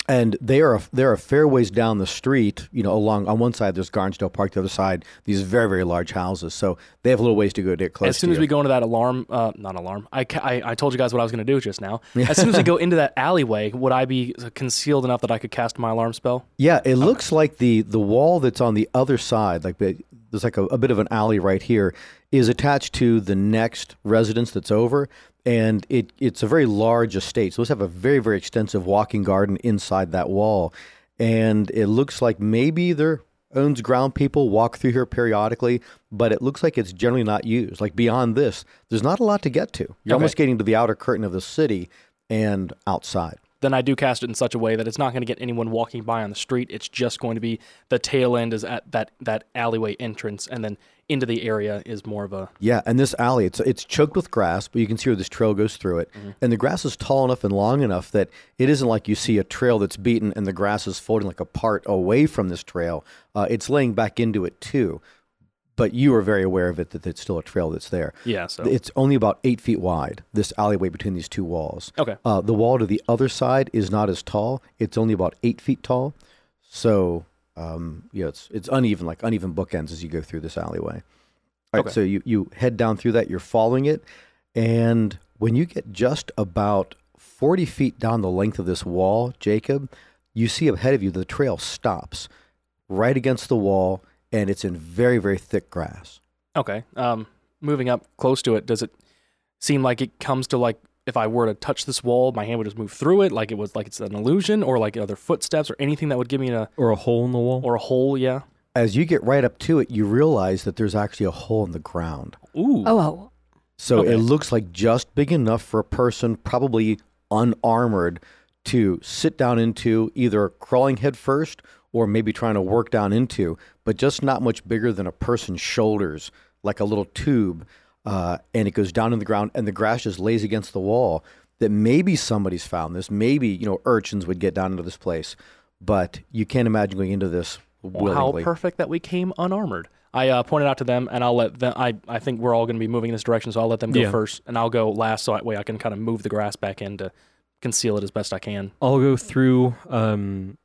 D: and they are they are a fair ways down the street. You know, along on one side there's Garnsdale Park, the other side these very very large houses. So they have a little ways to go to get close.
B: as soon
D: to
B: as
D: you.
B: we go into that alarm, uh, not alarm. I, ca- I I told you guys what I was going to do just now. As soon as we go into that alleyway, would I be concealed enough that I could cast my alarm spell?
D: Yeah, it looks like the the wall that's on the other side, like the, there's like a, a bit of an alley right here, is attached to the next residence that's over, and it it's a very large estate. So let's have a very very extensive walking garden inside that wall, and it looks like maybe their owns ground people walk through here periodically, but it looks like it's generally not used. Like beyond this, there's not a lot to get to. You're almost getting to the outer curtain of the city and outside.
B: Then I do cast it in such a way that it's not going to get anyone walking by on the street. It's just going to be the tail end is at that that alleyway entrance, and then into the area is more of a
D: Yeah, and this alley, it's it's choked with grass, but you can see where this trail goes through it. And the grass is tall enough and long enough that it isn't like you see a trail that's beaten and the grass is folding like a part away from this trail. Uh, it's laying back into it too. But you are very aware of it that it's still a trail that's there.
B: yeah. So
D: It's only about eight feet wide, this alleyway between these two walls.
B: Okay.
D: Uh, the wall to the other side is not as tall. It's only about eight feet tall. So, um, yeah, it's, it's uneven, like uneven bookends as you go through this alleyway. All right,
B: Okay.
D: so you, you head down through that, you're following it. And when you get just about 40 feet down the length of this wall, Jacob, you see ahead of you the trail stops right against the wall and it's in very, very thick grass.
B: Okay. Um, moving up close to it, does it seem like it comes to like if I were to touch this wall, my hand would just move through it, like it was like it's an illusion, or like other footsteps, or anything that would give me a
C: or a hole in the wall.
B: or a hole? Yeah.
D: As you get right up to it, you realize that there's actually a hole in the ground.
B: Ooh.
A: Oh, oh,
D: So
B: Okay.
D: it looks like just big enough for a person, probably unarmored, to sit down into either crawling head first or maybe trying to work down into, but just not much bigger than a person's shoulders, like a little tube. Uh, and it goes down in the ground, and the grass just lays against the wall. That maybe somebody's found this. Maybe, you know, urchins would get down into this place, but you can't imagine going into this
B: Well,
D: willingly.
B: How perfect that we came unarmored. I uh, pointed out to them, and I'll let them. I, I think we're all going to be moving in this direction, so I'll let them go
C: Yeah.
B: first, and I'll go last, so that way I can kind of move the grass back in to conceal it as best I can.
C: I'll go through um,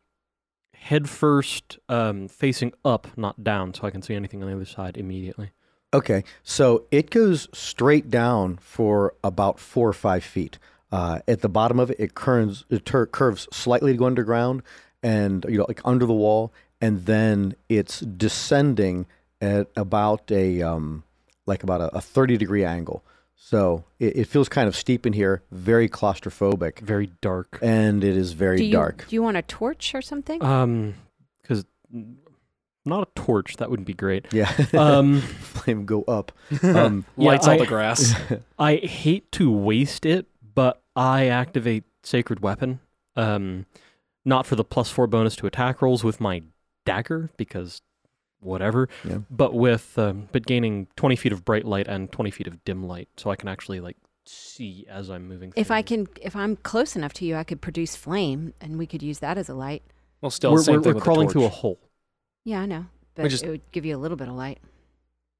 C: head first, um, facing up, not down, so I can see anything on the other side immediately.
D: Okay, so it goes straight down for about four or five feet. Uh, at the bottom of it, it curves, it tur- curves slightly to go underground, and you know, like under the wall, and then it's descending at about a um, like about a, a thirty degree angle. So it, it feels kind of steep in here, very claustrophobic,
C: Very dark.
D: and it is very
A: do you,
D: dark.
A: Do you want a torch or something?
C: Um, because not a torch that would be great.
D: yeah,
C: Um,
D: flame go up. Um,
C: Yeah,
B: Lights out
C: I-
B: the grass.
C: I hate to waste it, but I activate Sacred Weapon. Um, not for the plus four bonus to attack rolls with my dagger because whatever,
D: Yeah.
C: but with um, but gaining twenty feet of bright light and twenty feet of dim light, so I can actually like see as I'm moving.
A: if
C: through.
A: I can, if I'm close enough to you, I could produce flame, and we could use that as a light.
B: well, still,
C: we're,
B: same
C: we're,
B: thing
C: we're
B: with the
C: crawling through a
B: torch.
C: hole.
A: Yeah, I know, but
B: just-
A: it would give you a little bit of light.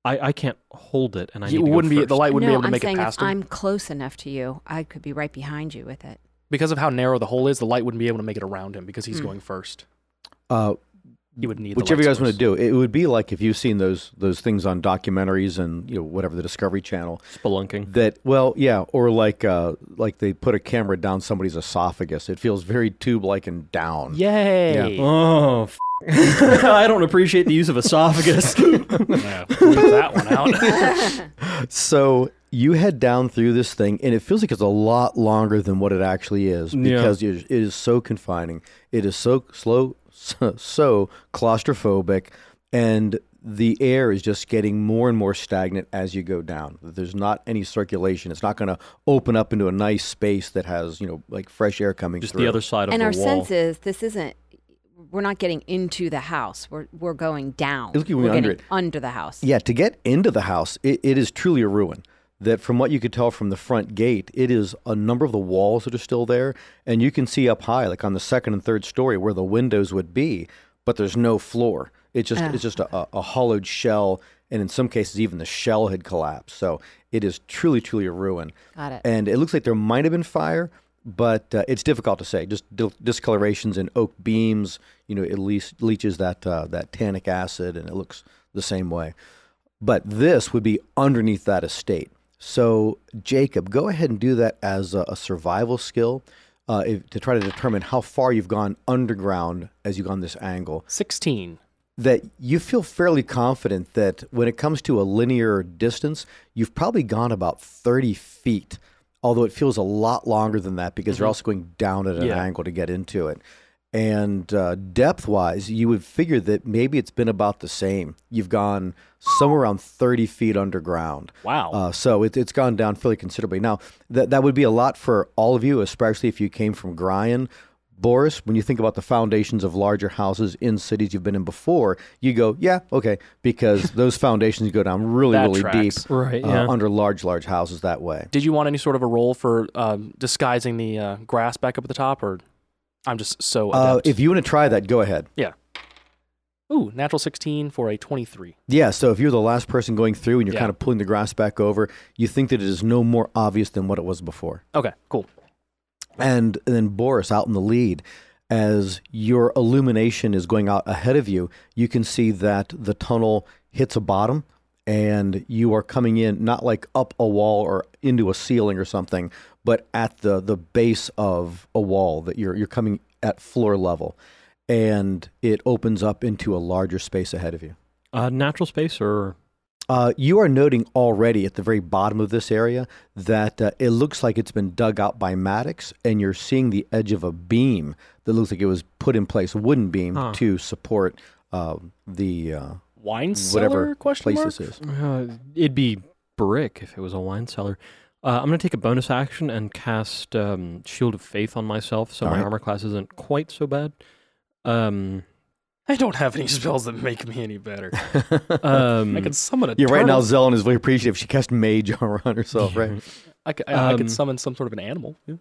C: I, I can't hold it, and I
B: You
C: need to go
B: wouldn't be the
C: first.
B: light wouldn't
A: no,
B: be able to
A: I'm
B: make it
A: saying
B: past
A: if
B: him
A: I'm close enough to you, I could be right behind you with it.
B: because of how narrow the hole is. The light wouldn't be able to make it around him because he's
A: Mm.
B: going first.
D: uh,
B: You would need the
D: whichever
B: light
D: you guys want
B: source.
D: to do. It would be like if you've seen those those things on documentaries and you know whatever the Discovery Channel
C: spelunking.
D: that well yeah or like uh like they put a camera down somebody's esophagus. It feels very tube like and down.
B: Yay!
C: Oh, f- I don't appreciate the use of esophagus.
B: Yeah, leave that one out.
D: So you head down through this thing, and it feels like it's a lot longer than what it actually is
C: Yeah.
D: because it is- it is so confining. It is so slow, so, so claustrophobic, and the air is just getting more and more stagnant as you go down. There's not any circulation. It's not going to open up into a nice space that has you know like fresh air coming.
C: Just
D: through.
C: the other side of
A: and
C: the
A: our
C: wall.
A: sense is this isn't. We're not getting into the house. We're we're going down.
D: It's like
A: we're
D: going under
A: getting under the house.
D: Yeah, to get into the house, it, it is truly a ruin. That from what you could tell from the front gate, it is a number of the walls that are still there, and you can see up high, like on the second and third story, where the windows would be, but there's no floor. It's just it's just a, a, a hollowed shell, and in some cases, even the shell had collapsed. So it is truly, truly a ruin.
A: Got it.
D: And it looks like there might have been fire, but uh, it's difficult to say. Just dil- discolorations in oak beams. You know, it least leaches that uh, that tannic acid, and it looks the same way. But this would be underneath that estate. So Jacob, go ahead and do that as a, a survival skill uh, if, to try to determine how far you've gone underground as you've gone this angle
B: 16.
D: that you feel fairly confident that when it comes to a linear distance, you've probably gone about 30 feet, although it feels a lot longer than that because you're also going down at an
B: Mm-hmm. Yeah.
D: angle to get into it. And uh, depth wise, you would figure that maybe it's been about the same. You've gone somewhere around 30 feet underground.
B: Wow.
D: Uh, so it, it's gone down fairly considerably. Now, that that would be a lot for all of you, especially if you came from Gryan. Boris, when you think about the foundations of larger houses in cities you've been in before, you go, yeah, okay, because those foundations go down really,
B: That
D: really
B: tracks.
D: deep
C: Right,
D: uh,
C: yeah.
D: under large, large houses that way.
B: Did you want any sort of a role for um, disguising the uh, grass back up at the top, or I'm just so
D: Uh,
B: adept.
D: if you want to try that, go ahead.
B: yeah. Ooh, natural 16 for a 23.
D: Yeah, so if you're the last person going through and you're
B: Yeah.
D: kind of pulling the grass back over, you think that it is no more obvious than what it was before.
B: Okay, cool.
D: and then Boris out in the lead. As your illumination is going out ahead of you, you can see that the tunnel hits a bottom and you are coming in not like up a wall or into a ceiling or something, but at the, the base of a wall that you're you're coming at floor level. And it opens up into a larger space ahead of you.
C: Uh, natural space or
D: Uh, you are noting already at the very bottom of this area that uh, it looks like it's been dug out by Maddox, and you're seeing the edge of a beam that looks like it was put in place, a wooden beam,
C: Huh.
D: to support uh, the uh,
B: Wine cellar?
D: whatever
B: question
D: place
B: mark?
D: this is.
C: uh, it'd be brick if it was a wine cellar. Uh, I'm going to take a bonus action and cast um, Shield of Faith on myself, so
D: All
C: my
D: right.
C: armor class isn't quite so bad. Um,
B: I don't have any spells that make me any better.
C: um,
B: I could summon a
D: Mm. Yeah, right now
B: turtle.
D: Zelen is very appreciative. She cast mage armor on herself, right?
B: I could, I, I
C: um,
B: could summon some sort of an animal. Yeah.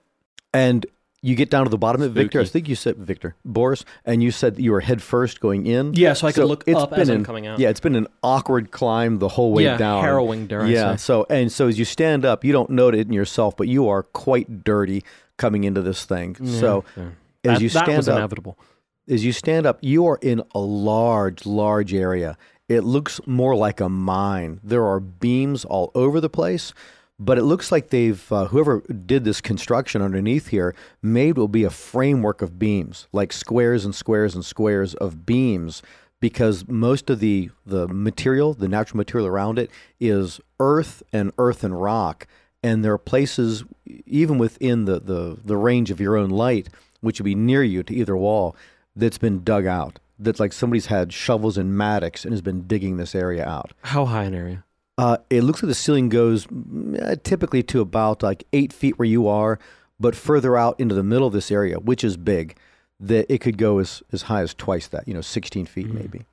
D: And you get down to the bottom of Victor. I
C: Spooky.
D: think you said Victor Boris, and you said that you were head first going in.
C: yeah, so I could
D: So
C: look
D: it's
C: up as
D: been
C: I'm
D: an-
C: coming out.
D: Yeah, it's been an awkward climb the whole way
C: yeah,
D: down.
C: harrowing, dare
D: yeah.
C: I say.
D: So and so as you stand up, you don't note it in yourself, but you are quite dirty coming into this thing. So
C: Yeah.
D: as
C: that,
D: you
C: that
D: stand
C: was
D: up,
C: inevitable.
D: as you stand up, you are in a large, large area. It looks more like a mine. There are beams all over the place, but it looks like they've uh, whoever did this construction underneath here made will be a framework of beams, like squares and squares and squares of beams, because most of the the material, the natural material around it, is earth and earth and rock, and there are places even within the the, the range of your own light which would be near you to either wall that's been dug out that's like somebody's had shovels and mattocks and has been digging this area out
C: How high an area?
D: uh, it looks like the ceiling goes mm, eh, typically to about like eight feet where you are but further out into the middle of this area which is big that it could go as, as high as twice that you know 16 feet
C: Mm.
D: maybe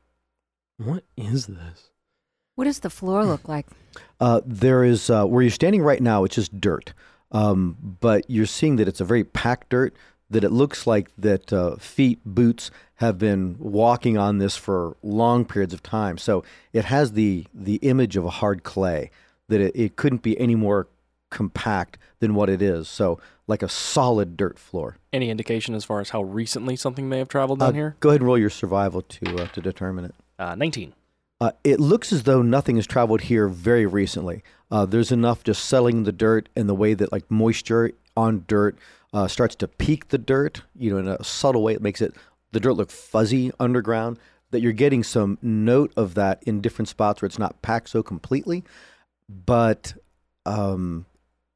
C: What is this?
A: What does the floor look like?
D: Uh, there is uh, where you're standing right now. It's just dirt, um, but you're seeing that it's a very packed dirt. That it looks like that uh, feet, boots have been walking on this for long periods of time. So it has the the image of a hard clay. That it, it couldn't be any more compact than what it is. So like a solid dirt floor.
B: Any indication as far as how recently something may have traveled
D: Uh,
B: down here?
D: Go ahead and roll your survival to uh, to determine it.
B: Uh, 19.
D: Uh, it looks as though nothing has traveled here very recently. Uh, there's enough just settling the dirt and the way that like moisture on dirt uh, starts to peak the dirt, you know, in a subtle way. It makes it the dirt look fuzzy underground. That you're getting some note of that in different spots where it's not packed so completely, but um,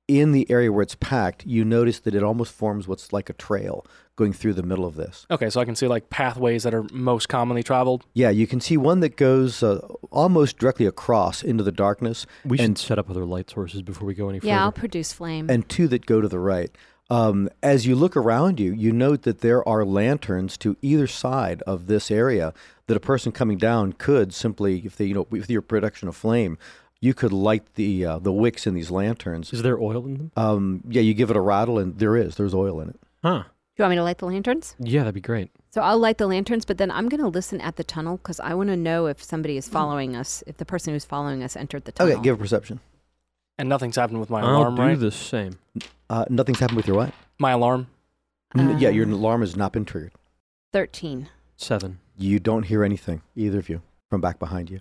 D: in the area where it's packed, you notice that it almost forms what's like a trail going through the middle of this.
B: Okay, so I can see like pathways that are most commonly traveled.
D: Yeah, you can see one that goes uh, almost directly across into the darkness,
C: We should
D: And-
C: set up other light sources before we go any
A: Yeah, I'll
C: further.
A: produce flame.
D: and two that go to the right. Um, as you look around you, you note that there are lanterns to either side of this area that a person coming down could simply, if they, you know, with your production of flame, you could light the uh, the wicks in these lanterns.
C: Is there oil in them?
D: Um, yeah, you give it a rattle, and there is there's oil in it.
C: Huh.
A: Do you want me to light the lanterns?
C: Yeah, that'd be great.
A: So I'll light the lanterns, but then I'm going to listen at the tunnel because I want to know if somebody is following us, if the person who's following us entered the tunnel.
D: Okay, give a perception.
B: And nothing's happened with my
C: I'll
B: alarm,
C: do
B: right?
C: the same.
D: Uh, nothing's happened with your what?
B: My alarm.
D: N- yeah, your
A: Uh.
D: alarm has not been triggered.
A: 13.
C: Seven.
D: You don't hear anything, either of you, from back behind you.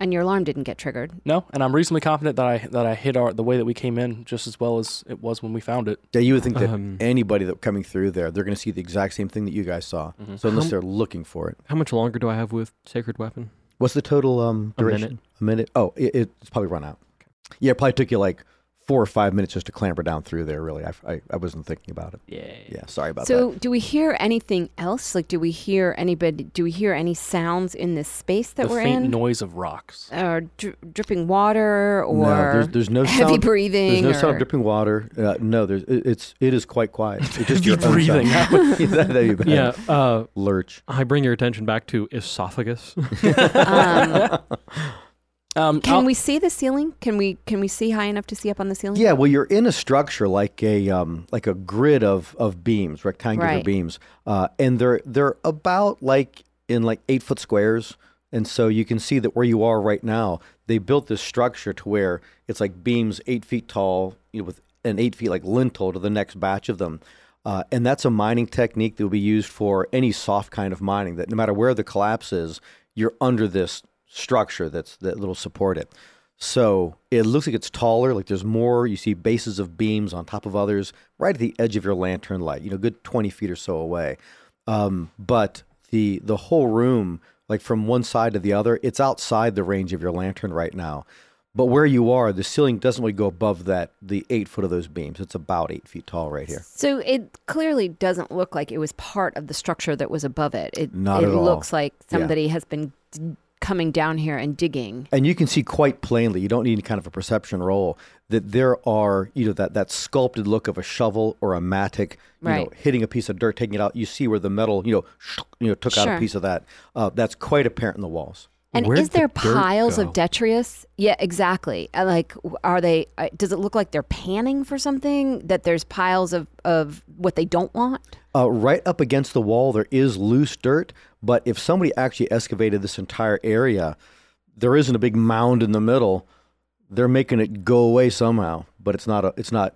A: And your alarm didn't get triggered.
B: No, and I'm reasonably confident that I that I hit our the way that we came in just as well as it was when we found it.
D: Yeah, you would think that
C: Um,
D: anybody that coming through there, they're going to see the exact same thing that you guys saw.
B: Mhm.
D: So unless
C: How-
D: they're looking for it,
C: How much longer do I have with Sacred Weapon?
D: what's the total um,
C: A minute.
D: duration? A minute. Oh, it, it's probably run out. Yeah, it probably took you like four or five minutes just to clamber down through there. Really, I, I, I wasn't thinking about it.
C: Yeah.
D: Yeah, sorry about that.
A: So, do we hear anything else? Like, do we hear anybody? Do we hear any sounds in this space that
B: the
A: we're
B: faint
A: in? Uh,
B: noise of rocks.
A: or dri- dripping water, or
D: no, there's, there's no
A: heavy
D: sound. There's
A: breathing.
D: no sound
A: or-
D: of dripping water. Uh, no, there's it, it's it is quite quiet. It's just
B: Heavy
D: your own sound.
B: breathing.
D: Yeah, that- that'd be bad.
C: Yeah. Uh,
D: Lurch.
C: I bring your attention back to esophagus.
A: Um,
B: Um,
A: Can
B: I'll-
A: we see the ceiling? Can we can we see high enough to see up on the ceiling?
D: Yeah, well, you're in a structure like a um, like a grid of of beams, rectangular
A: Right.
D: beams, uh, and they're they're about like in like eight foot squares, and so you can see that where you are right now, they built this structure to where it's like beams eight feet tall, you know, with an eight feet like lintel to the next batch of them. Uh, and that's a mining technique that will be used for any soft kind of mining. That no matter where the collapse is, you're under this structure that's that will support it. So it looks like it's taller. Like there's more. You see bases of beams on top of others, right at the edge of your lantern light. You know, good twenty feet or so away. Um, but the the whole room, like from one side to the other, it's outside the range of your lantern right now. But where you are, the ceiling doesn't really go above that the eight foot of those beams. It's about eight feet tall right here.
A: So it clearly doesn't look like it was part of the structure that was above it. It
D: Not
A: it
D: at all.
A: looks like
D: Yeah.
A: somebody has been d- coming down here and digging.
D: and you can see quite plainly you don't need any kind of a perception roll that there are you know that that sculpted look of a shovel or a mattock you know
A: Right.
D: hitting a piece of dirt taking it out you see where the metal you know you know took out
A: Sure.
D: a piece of that uh, that's quite apparent in the walls
A: And
C: Where'd
A: is there
C: the dirt
A: piles
C: go?
A: of detritus? Yeah, exactly. Uh, Like, w- are they? uh, Does it look like they're panning for something? That there's piles of of what they don't want?
D: uh, right up against the wall there is loose dirt but if somebody actually excavated this entire area there isn't a big mound in the middle they're making it go away somehow but it's not a, it's not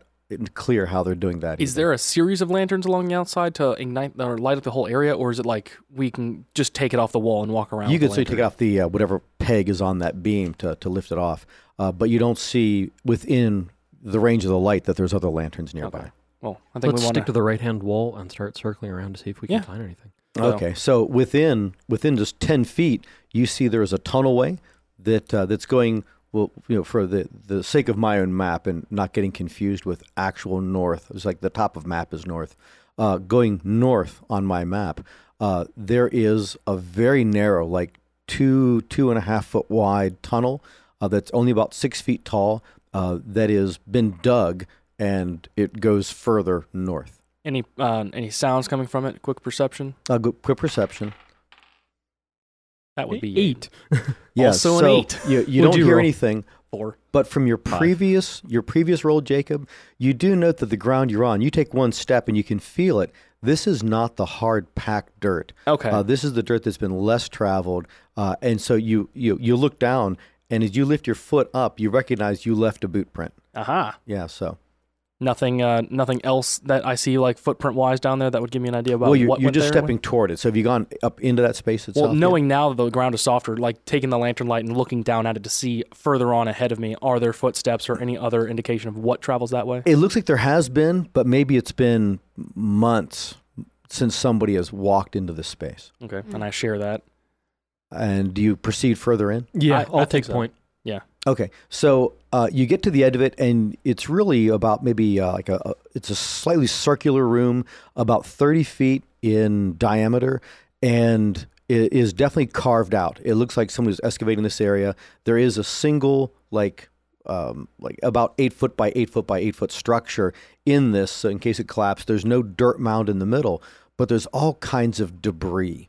D: clear how they're doing that
B: Is
D: either.
B: there a series of lanterns along the outside to ignite or light up the whole area, or is it like we can just take it off the wall and walk around?
D: You
B: with the
D: could say take
B: lantern?
D: off the uh, whatever peg is on that beam to, to lift it off, uh, but you don't see within the range of the light that there's other lanterns nearby.
B: Well, I think
C: Let's
B: we want
C: stick to the right hand wall and start circling around to see if we can
B: Yeah.
C: find anything.
B: Well-
D: Okay, so within within just ten feet, you see there is a tunnelway that uh, that's going. Well, you know, for the the sake of my own map and not getting confused with actual north, it's like the top of map is north. Uh, going north on my map, uh, there is a very narrow, like two two and a half foot wide tunnel uh, that's only about six feet tall. Uh, that has been dug and it goes further north.
B: any uh, any sounds coming from it. Quick perception.
D: Uh, go- quick perception.
B: That would be
C: eight.
D: Yeah,
B: Also an
D: so
B: eight.
D: You,
C: What'd
D: you don't
C: you
D: hear
C: roll?
D: anything,
B: Four.
D: but from your previous your previous roll, Jacob, you do note that the ground you're on, you take one step and you can feel it. This is not the hard packed dirt.
B: Okay.
D: Uh, this is the dirt that's been less traveled, uh, and so you you you look down, and as you lift your foot up, you recognize you left a boot print.
B: Aha.
D: Yeah, so
B: Nothing. Uh, nothing else that I see like footprint wise down there that would give me an idea about
D: well, you're,
B: what
D: you're
B: went
D: just
B: there and
D: stepping toward it. So have you gone up into that space itself?
B: Well,
D: yet?
B: knowing now that the ground is softer, like taking the lantern light and looking down at it to see further on ahead of me, are there footsteps or any other indication of what travels that way?
D: It looks like there has been, but maybe it's been months since somebody has walked into this space.
B: Okay. And I share that.
D: And do you proceed further in?
C: Yeah,
B: I-
C: I,
B: I
C: will
B: think
C: take
B: so.
C: point.
B: Yeah.
D: Okay, so uh, you get to the end of it, and it's really about maybe uh, like a, a- it's a slightly circular room, about thirty feet in diameter, and it is definitely carved out. It looks like someone was excavating this area. There is a single like um, like about eight foot by eight foot by eight foot structure in this, so in case it collapsed. There's no dirt mound in the middle, but there's all kinds of debris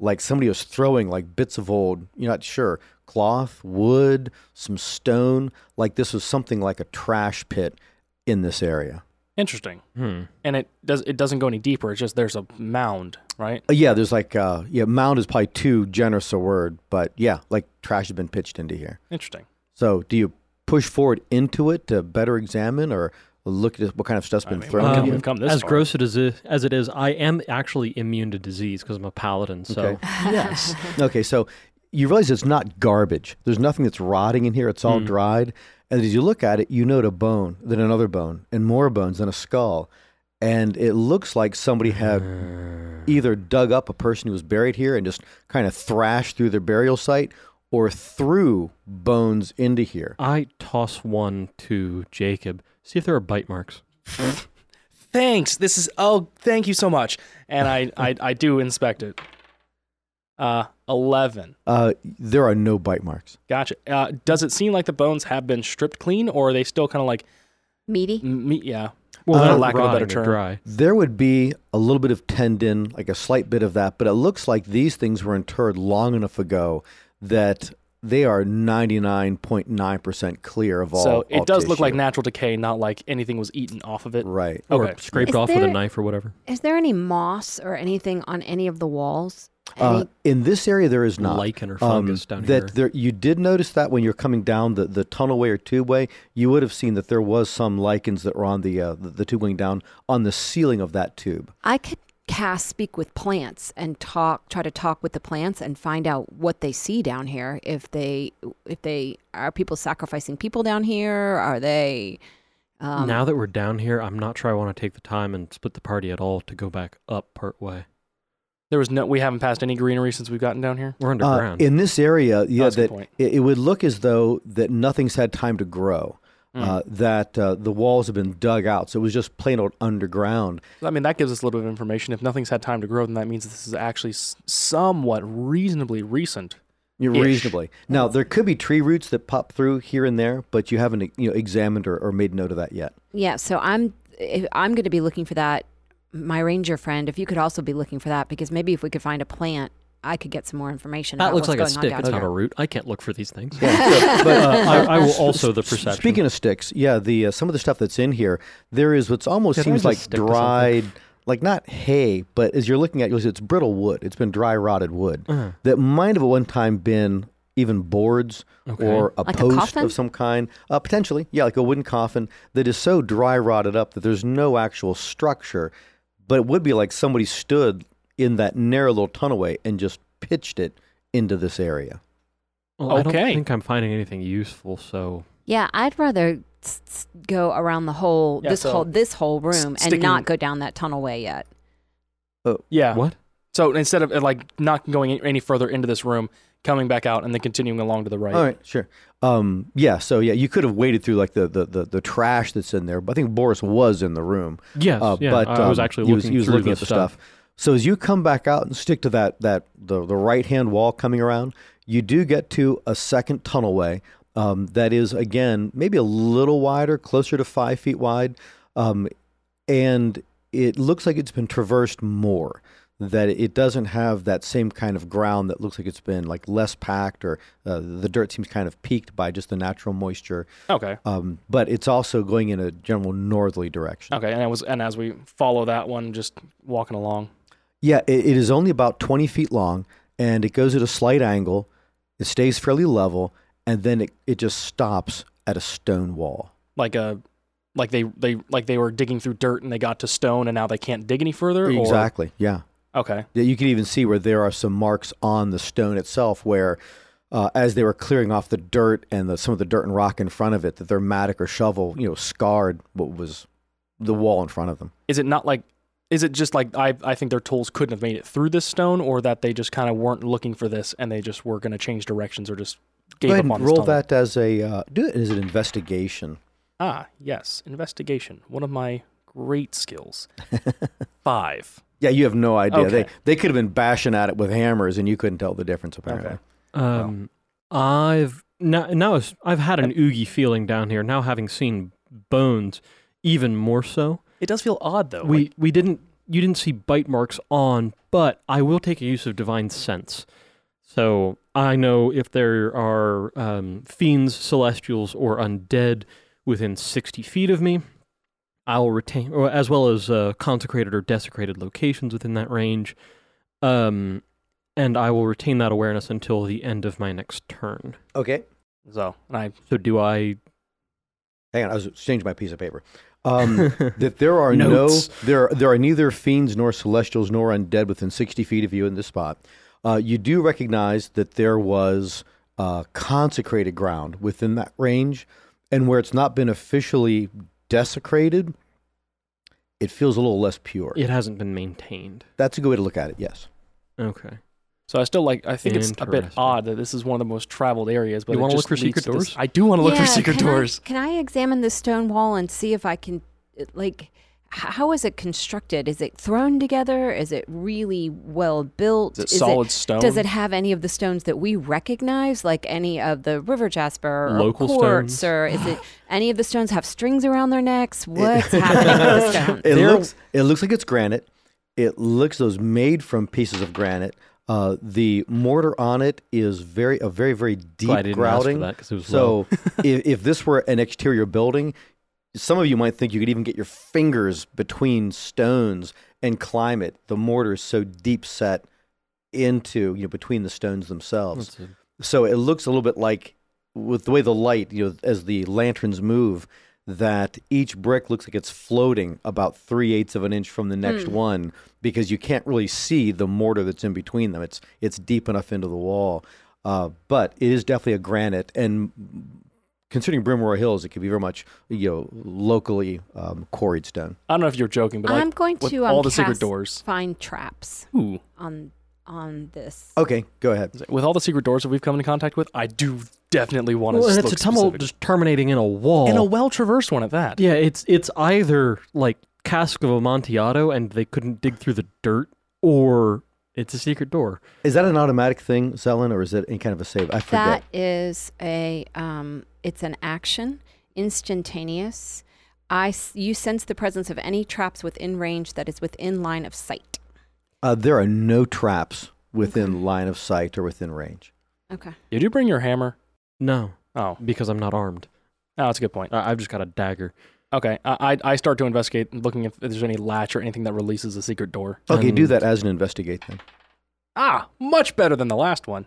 D: like somebody was throwing like bits of old you're not sure cloth wood some stone like this was something like a trash pit in this area
B: Interesting.
C: Hmm.
B: And it does it doesn't go any deeper. It's just there's a mound, right?
D: Uh, yeah there's like uh yeah mound is probably too generous a word but yeah like trash has been pitched into here
B: Interesting.
D: so do you push forward into it to better examine or look at what kind of stuff's
B: I
D: been
B: mean,
D: thrown
B: Okay,
D: at
C: Um,
D: you
B: we've come this
C: as
B: far.
C: gross it is, as it is, I am actually immune to disease because I'm a paladin. So
D: Okay. Okay, so you realize it's not garbage. There's nothing that's rotting in here. It's all dried. And as you look at it, you note a bone, then another bone, and more bones, and a skull. And it looks like somebody had
C: Uh.
D: either dug up a person who was buried here and just kind of thrashed through their burial site or threw bones into here.
C: I toss one to Jacob. See if there are bite marks.
B: Thanks. This is oh, thank you so much. And I I, I do inspect it. Uh, eleven.
D: Uh, there are no bite marks.
B: Gotcha. Uh, does it seem like the bones have been stripped clean, or are they still kind of like
A: Meaty.
D: Mm.
B: m- meat? Yeah.
C: Well,
D: Uh,
C: they're
B: lack of a
C: rotting,
B: better term.
C: they're Dry.
D: There would be a little bit of tendon, like a slight bit of that, but it looks like these things were interred long enough ago that they are 99.9% clear of all.
B: so it
D: all
B: does look
D: tissue.
B: like natural decay, not like anything was eaten off of it.
D: Right.
B: Okay.
C: Or scraped
A: Is
C: off with a
A: there-
C: knife or whatever.
A: Is there any moss or anything on any of the walls?
D: Uh,
A: Any-
D: in this area, there is not.
C: Lichen or
D: Um,
C: fungus down here.
D: that There, you did notice that when you're coming down the, the tunnelway or tubeway, you would have seen that there was some lichens that were on the, uh, the, the tube going down on the ceiling of that tube.
A: I could cast speak with plants and talk, try to talk with the plants and find out what they see down here. If they, if they are people sacrificing people down here, are they? Um,
C: now that we're down here, I'm not sure I want to take the time and split the party at all to go back up part way.
B: There was no. We haven't passed any greenery since we've gotten down here.
C: We're
D: Uh,
C: underground.
D: in this area, yeah,
B: That's a good
D: that
B: point.
D: it, it would look as though that nothing's had time to grow.
B: Hmm.
D: Uh, that uh, the walls have been dug out, so it was just plain old underground.
B: I mean, that gives us a little bit of information. If nothing's had time to grow, then that means this is actually s- somewhat reasonably recent.
D: You know,
B: Ish.
D: reasonably now, there could be tree roots that pop through here and there, but you haven't you know examined or, or made note of that yet.
A: yeah. So I'm, if, I'm going to be looking for that. My ranger friend, if you could also be looking for that, because maybe if we could find a plant, I could get some more information.
C: that
A: about
C: looks
A: what's
C: like a
A: going on
C: stick.
A: down
C: It's not
A: here.
C: a root. I can't look for these things.
D: But
C: Uh, I, I will also the perception.
D: Speaking of sticks, yeah, the uh, some of the stuff that's in here, there is what's almost
C: Yeah, there was
D: seems
C: a
D: like
C: stick to something.
D: dried, like not hay, but as you're looking at, it, you'll see it's brittle wood. It's been dry rotted wood
C: Uh-huh.
D: that might have at one time been even boards or a
A: Like a
D: post
A: coffin?
D: of some kind, uh, potentially, yeah, like a wooden coffin that is so dry rotted up that there's no actual structure, but it would be like somebody stood in that narrow little tunnelway and just pitched it into this area.
C: Well, I
B: Okay.
C: don't think I'm finding anything useful, so
A: Yeah, I'd rather s- s- go around the whole
B: Yeah,
A: this
B: so
A: whole this whole room and
B: sticking-
A: not go down that tunnel way yet.
B: Yeah.
C: what?
B: So instead of uh, like not going any further into this room, coming back out and then continuing along to the right.
D: All right, sure. Um, yeah, so yeah, you could have waded through like the, the, the, the trash that's in there, but I think Boris was in the room.
C: Yes,
D: Uh,
C: yeah,
D: but
C: I was
D: um,
C: actually looking,
D: he was, he was
C: through
D: looking
C: the
D: at the stuff. So as you come back out and stick to that that the, the right hand wall coming around, you do get to a second tunnelway um, that is again maybe a little wider, closer to five feet wide, um, and it looks like it's been traversed more. That it doesn't have that same kind of ground that looks like it's been like less packed or uh, the dirt seems kind of peaked by just the natural moisture.
B: Okay.
D: Um, but it's also going in a general northerly direction.
B: Okay. And it was and as we follow that one, just walking along.
D: Yeah, it, it is only about 20 feet long and it goes at a slight angle. It stays fairly level and then it, it just stops at a stone wall.
B: like a like they they like they were digging through dirt and they got to stone and now they can't dig any further or-
D: Exactly, yeah.
B: okay
D: Yeah, You can even see where there are some marks on the stone itself where, uh, as they were clearing off the dirt and the, some of the dirt and rock in front of it, that their mattock or shovel, you know, scarred what was the wall in front of them.
B: is it not like is it just like I, I think their tools couldn't have made it through this stone or that they just kind of weren't looking for this and they just were going to change directions or just gave
D: Go ahead
B: up
D: and
B: on his
D: roll
B: tunnel.
D: that as a uh, do it as an investigation.
B: Ah, yes, investigation, one of my great skills. Five.
D: Yeah, you have no idea. They
B: Okay.
D: they could have been bashing at it with hammers, and you couldn't tell the difference. Apparently,
B: Okay.
C: Um, I've now, now is- I've had an oogie feeling down here. Now having seen bones, even more so.
B: It does feel odd though.
C: we
B: like,
C: we didn't you didn't see bite marks on, but I will take a use of divine sense. So I know if there are um, fiends, celestials, or undead within sixty feet of me, I'll retain, or as well as uh, consecrated or desecrated locations within that range, um, and I will retain that awareness until the end of my next turn.
D: okay.
B: so, and I
C: So do I?
D: Hang on, I was changing my piece of paper. Um, that there are no
C: Notes.
D: there there are neither fiends nor celestials nor undead within sixty feet of you in this spot. Uh, you do recognize that there was uh, consecrated ground within that range, and where it's not been officially desecrated, it feels a little less pure.
C: It hasn't been maintained.
D: That's a good way to look at it. Yes.
C: Okay.
B: so I still like I think it's a bit
C: Interesting.
B: odd that this is one of the most traveled areas, but
C: You
B: it
C: wanna
B: just
C: look for
B: leads
C: secret
B: to this-
C: doors?
B: I do want to look for
A: Yeah,
B: secret
A: can I-
B: doors.
A: can I examine the stone wall and see if I can, it- like, h- how is it constructed? Is it thrown together? Is it really well built?
B: Is it solid stone?
A: Does it have any of the stones that we recognize, like any of the river jasper or
C: Local
A: quartz,
C: stones?
A: or is it any of the stones have strings around their necks? What's happening with the stones?
D: It
C: There-
D: looks it looks like it's granite. It looks those made from pieces of granite. Uh, the mortar on it is very a very very deep
C: Glad I didn't ask for
D: grouting.
C: that 'cause it was
D: so
C: low.
D: if, if this were an exterior building, some of you might think you could even get your fingers between stones and climb it. The mortar is so deep set into you know between the stones themselves.
C: That's a-
D: So it looks a little bit like with the way the light, you know, as the lanterns move, that each brick looks like it's floating about three eighths of an inch from the next one because you can't really see the mortar that's in between them. It's it's deep enough into the wall, uh, but it is definitely a granite. And considering Brimroar Hills, it could be very much you know locally um, quarried stone.
B: I don't know if you're joking, but like,
A: I'm going
B: with
A: to um,
B: all the secret
A: cast
B: doors.
A: find traps
B: Ooh.
A: on on this.
D: Okay, go ahead.
B: With all the secret doors that we've come into contact with, I do definitely want to.
C: Well, and
B: look
C: it's a tunnel
B: specific. Oh.
C: just terminating in a wall.
B: and a well traversed one at that.
C: Yeah, it's it's either like cask of Amontillado and they couldn't dig through the dirt, or it's a secret door.
D: Is that an automatic thing, Zelen, or is it any kind of a save? I forget.
A: That is a um, it's an action, instantaneous. I s- you sense the presence of any traps within range that is within line of sight.
D: Uh, there are no traps within line of sight or within range.
A: Okay.
B: Did you bring your hammer?
C: No,
B: Oh,
C: because I'm not armed.
B: oh, that's a good point.
C: I, I've just got a dagger.
B: Okay, I I I start to investigate, looking if there's any latch or anything that releases a secret door.
D: Okay, do
C: And-
D: that as an investigate then.
B: Ah, much better than the last one.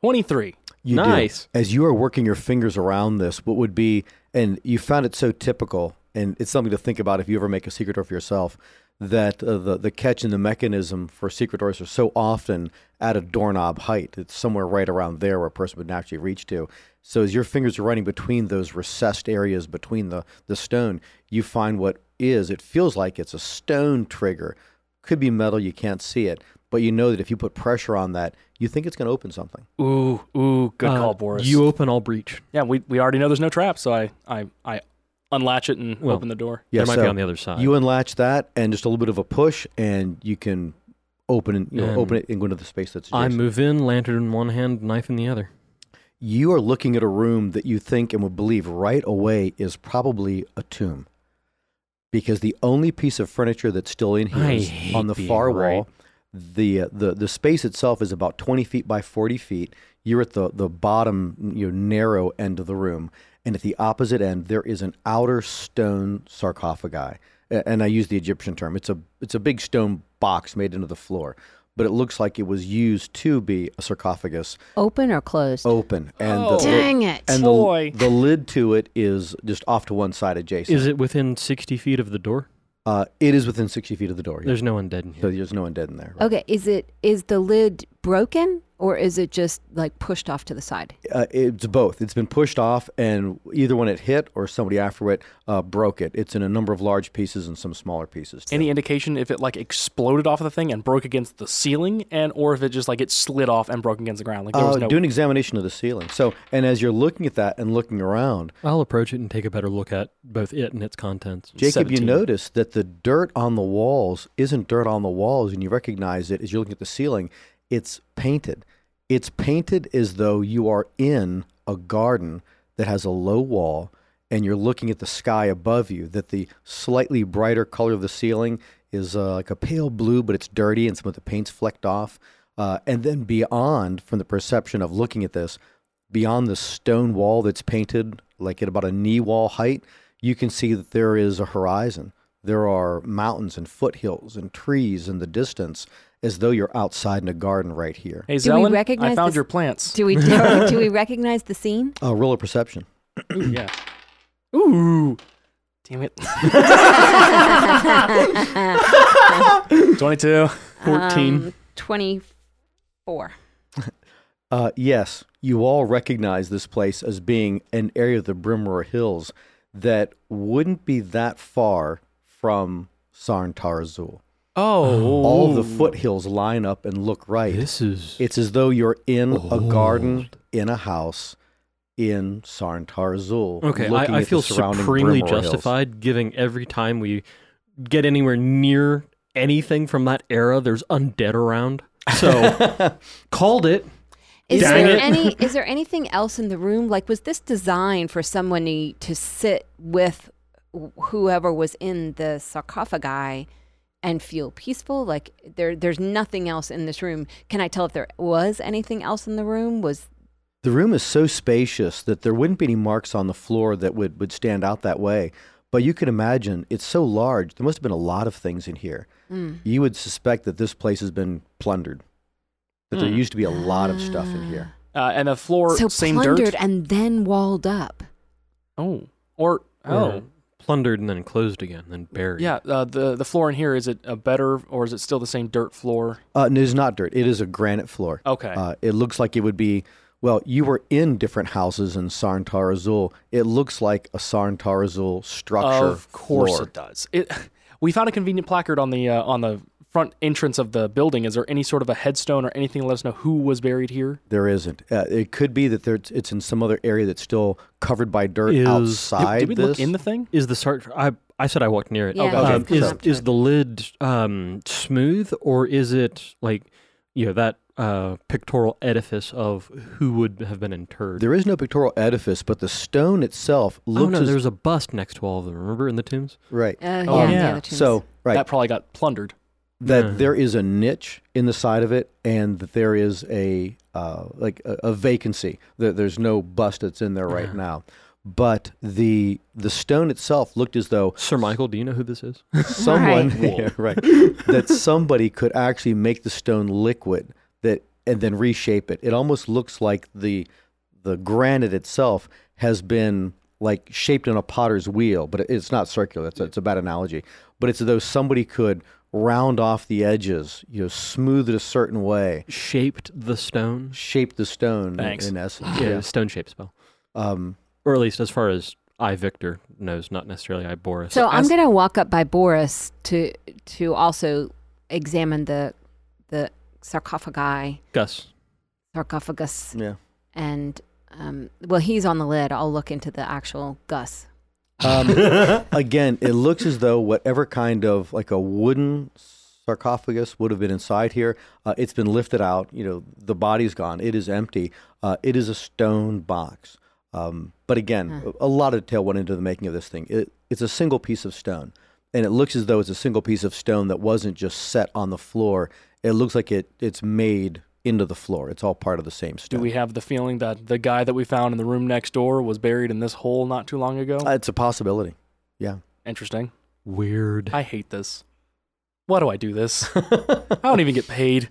B: Twenty three.
D: You do.
C: Nice.
D: As you are working your fingers around this, what would be, and you found it so typical, and it's something to think about if you ever make a secret door for yourself, that uh, the, the catch and the mechanism for secret doors are so often at a doorknob height. It's somewhere right around there where a person would naturally reach to. So as your fingers are running between those recessed areas between the, the stone, you find what is, it feels like it's a stone trigger. Could be metal, you can't see it, but you know that if you put pressure on that, you think it's going to open something.
B: Ooh, ooh, good
C: Uh,
B: call, Boris.
C: You open, I'll breach.
B: yeah, we we already know there's no trap, so I I I unlatch it and
C: Well,
B: open the door.
D: Yeah,
C: there might be
D: so-
C: on the other side.
D: You unlatch that and just a little bit of a push, and you can open and you know,
C: And
D: open it and go into the space that's.
C: I
D: adjacent.
C: move in, lantern in one hand, knife in the other.
D: You are looking at a room that you think and would believe right away is probably a tomb, because the only piece of furniture that's still in here
C: I
D: is
C: hate
D: on the
C: being
D: far
C: right.
D: wall. The, uh, the the space itself is about 20 feet by 40 feet. You're at the, the bottom, you know, narrow end of the room. And at the opposite end, there is an outer stone sarcophagi. A- And I use the Egyptian term. It's a, it's a big stone box made into the floor, but it looks like it was used to be a sarcophagus
A: Open or closed?
D: open. And the, the-
A: Dang it.
D: Oh, and
B: Boy.
D: the, the lid to it is just off to one side adjacent.
C: Is it within sixty feet of the door?
D: uh, it is within 60 feet of the door. yeah.
C: There's no undead in
D: So
C: here.
D: there's no undead in there. right?
A: Okay, is it is the lid broken or is it just like pushed off to the side?
D: Uh, it's both. It's been pushed off, and either when it hit or somebody after it uh, broke it. It's in a number of large pieces and some smaller pieces. too.
B: Any indication if it like exploded off of the thing and broke against the ceiling, and or if it just like it slid off and broke against the ground? Like there was
D: Uh,
B: no.
D: do an examination of the ceiling. So, and as you're looking at that and looking around,
C: I'll approach it and take a better look at both it and its contents.
D: Jacob, you
B: 17.
D: notice that the dirt on the walls isn't dirt on the walls, and you recognize it as you're looking at the ceiling. It's painted. It's painted as though you are in a garden that has a low wall, and you're looking at the sky above you. That the slightly brighter color of the ceiling is uh, like a pale blue, but it's dirty, and some of the paint's flecked off. Uh, and then beyond, from the perception of looking at this, beyond the stone wall that's painted like at about a knee wall height, you can see that there is a horizon. There are mountains and foothills and trees in the distance, as though you're outside in a garden right here.
B: Hey,
A: Do we
B: Zelen, I
A: recognize
B: found
A: this-
B: your plants.
A: Do we do, we recognize the scene?
D: Uh, roll a perception.
B: yeah. Ooh. Damn it. 22.
C: 14.
A: Um, 24.
D: Uh, yes, you all recognize this place as being an area of the Brimroar Hills that wouldn't be that far from Sarn Tarazul.
B: Oh.
D: All the foothills line up and look right.
C: This is
D: It's as though you're in a garden,
C: Old.
D: in a house, in Sarntarzul.
C: okay.
D: looking
C: I, I
D: at the
C: feel
D: surrounding
C: supremely
D: Brimroar Hills.
C: justified giving every time we get anywhere near anything from that era. There's undead around, so called it.
A: Is
C: Dang
A: there
C: it.
A: any is there anything else in the room? Like was this designed for someone to, to sit with wh- whoever was in the sarcophagi and feel peaceful? Like there there's nothing else in this room. Can I tell if there was anything else in the room? Was
D: The room is so spacious that there wouldn't be any marks on the floor that would, would stand out that way. But you can imagine it's so large, there must have been a lot of things in here. You would suspect that this place has been plundered, that there used to be a lot of stuff in here.
B: Uh, and the floor,
A: so
B: same
A: plundered
B: dirt.
A: and then walled up.
B: Oh. Or,
C: or
B: oh.
C: plundered and then closed again, then buried.
B: Yeah, uh, the, the floor in here, is it a better or is it still the same dirt floor?
D: Uh, no, it's not dirt. It is a granite floor.
B: Okay.
D: Uh, it looks like it would be. Well, you were in different houses in Sarntar Azul. It looks like a Sarntar Azul structure.
B: Of course
D: floor.
B: it does. It, we found a convenient placard on the uh, on the front entrance of the building. Is there any sort of a headstone or anything to let us know who was buried here?
D: there isn't. Uh, it could be that there, it's in some other area that's still covered by dirt
C: Is-
B: Did,
D: outside
B: did we
D: this.
B: look in the thing?
C: Is the sart? I I said I walked near it.
A: Yeah, Okay.
D: you
C: Um,
D: just
C: is
D: come up
A: to
C: is
A: it.
C: the lid um, smooth or is it like you know that uh, pictorial edifice of who would have been interred?
D: there is no pictorial edifice, but the stone itself
C: oh
D: looks
C: no,
D: as
C: there's a bust next to all of them. Remember in the tombs?
D: right.
A: Uh,
B: Oh,
A: yeah,
B: yeah.
A: The other tombs.
D: So right,
B: That probably got plundered.
D: that
C: Mm.
D: there is a niche in the side of it and that there is a uh, like a, a vacancy there, there's no bust that's in there right now but the the stone itself looked as though
C: Sir Michael, do you know who this is?
D: someone
C: Right.
D: Yeah, right. that somebody could actually make the stone liquid that and then reshape it it almost looks like the the granite itself has been like shaped in a potter's wheel but it- it's not circular it's a, it's a bad analogy but it's as though somebody could round off the edges you know smooth it a certain way
C: Shaped the stone.
D: shape the stone in,
B: Thanks.
D: in essence
C: Yeah, stone shaped spell,
D: um
C: or at least as far as I Victor knows, not necessarily I Boris.
A: So I'm
B: as-
A: gonna walk up by Boris to to also examine the the sarcophagi
C: Gus,
A: sarcophagus
D: yeah
A: and um, well he's on the lid. I'll look into the actual Gus.
D: Um, again, it looks as though whatever kind of like a wooden sarcophagus would have been inside here, uh, it's been lifted out. You know, the body's gone. It is empty. Uh, it is a stone box. Um, but again, a, a lot of detail went into the making of this thing. It, it's a single piece of stone, and it looks as though it's a single piece of stone that wasn't just set on the floor. It looks like it it's made into the floor. It's all part of the same
B: Do
D: stone.
B: we have the feeling that the guy that we found in the room next door was buried in this hole not too long ago?
D: Uh, it's a possibility. Yeah.
B: Interesting.
C: weird.
B: I hate this. Why do I do this? I don't even get paid.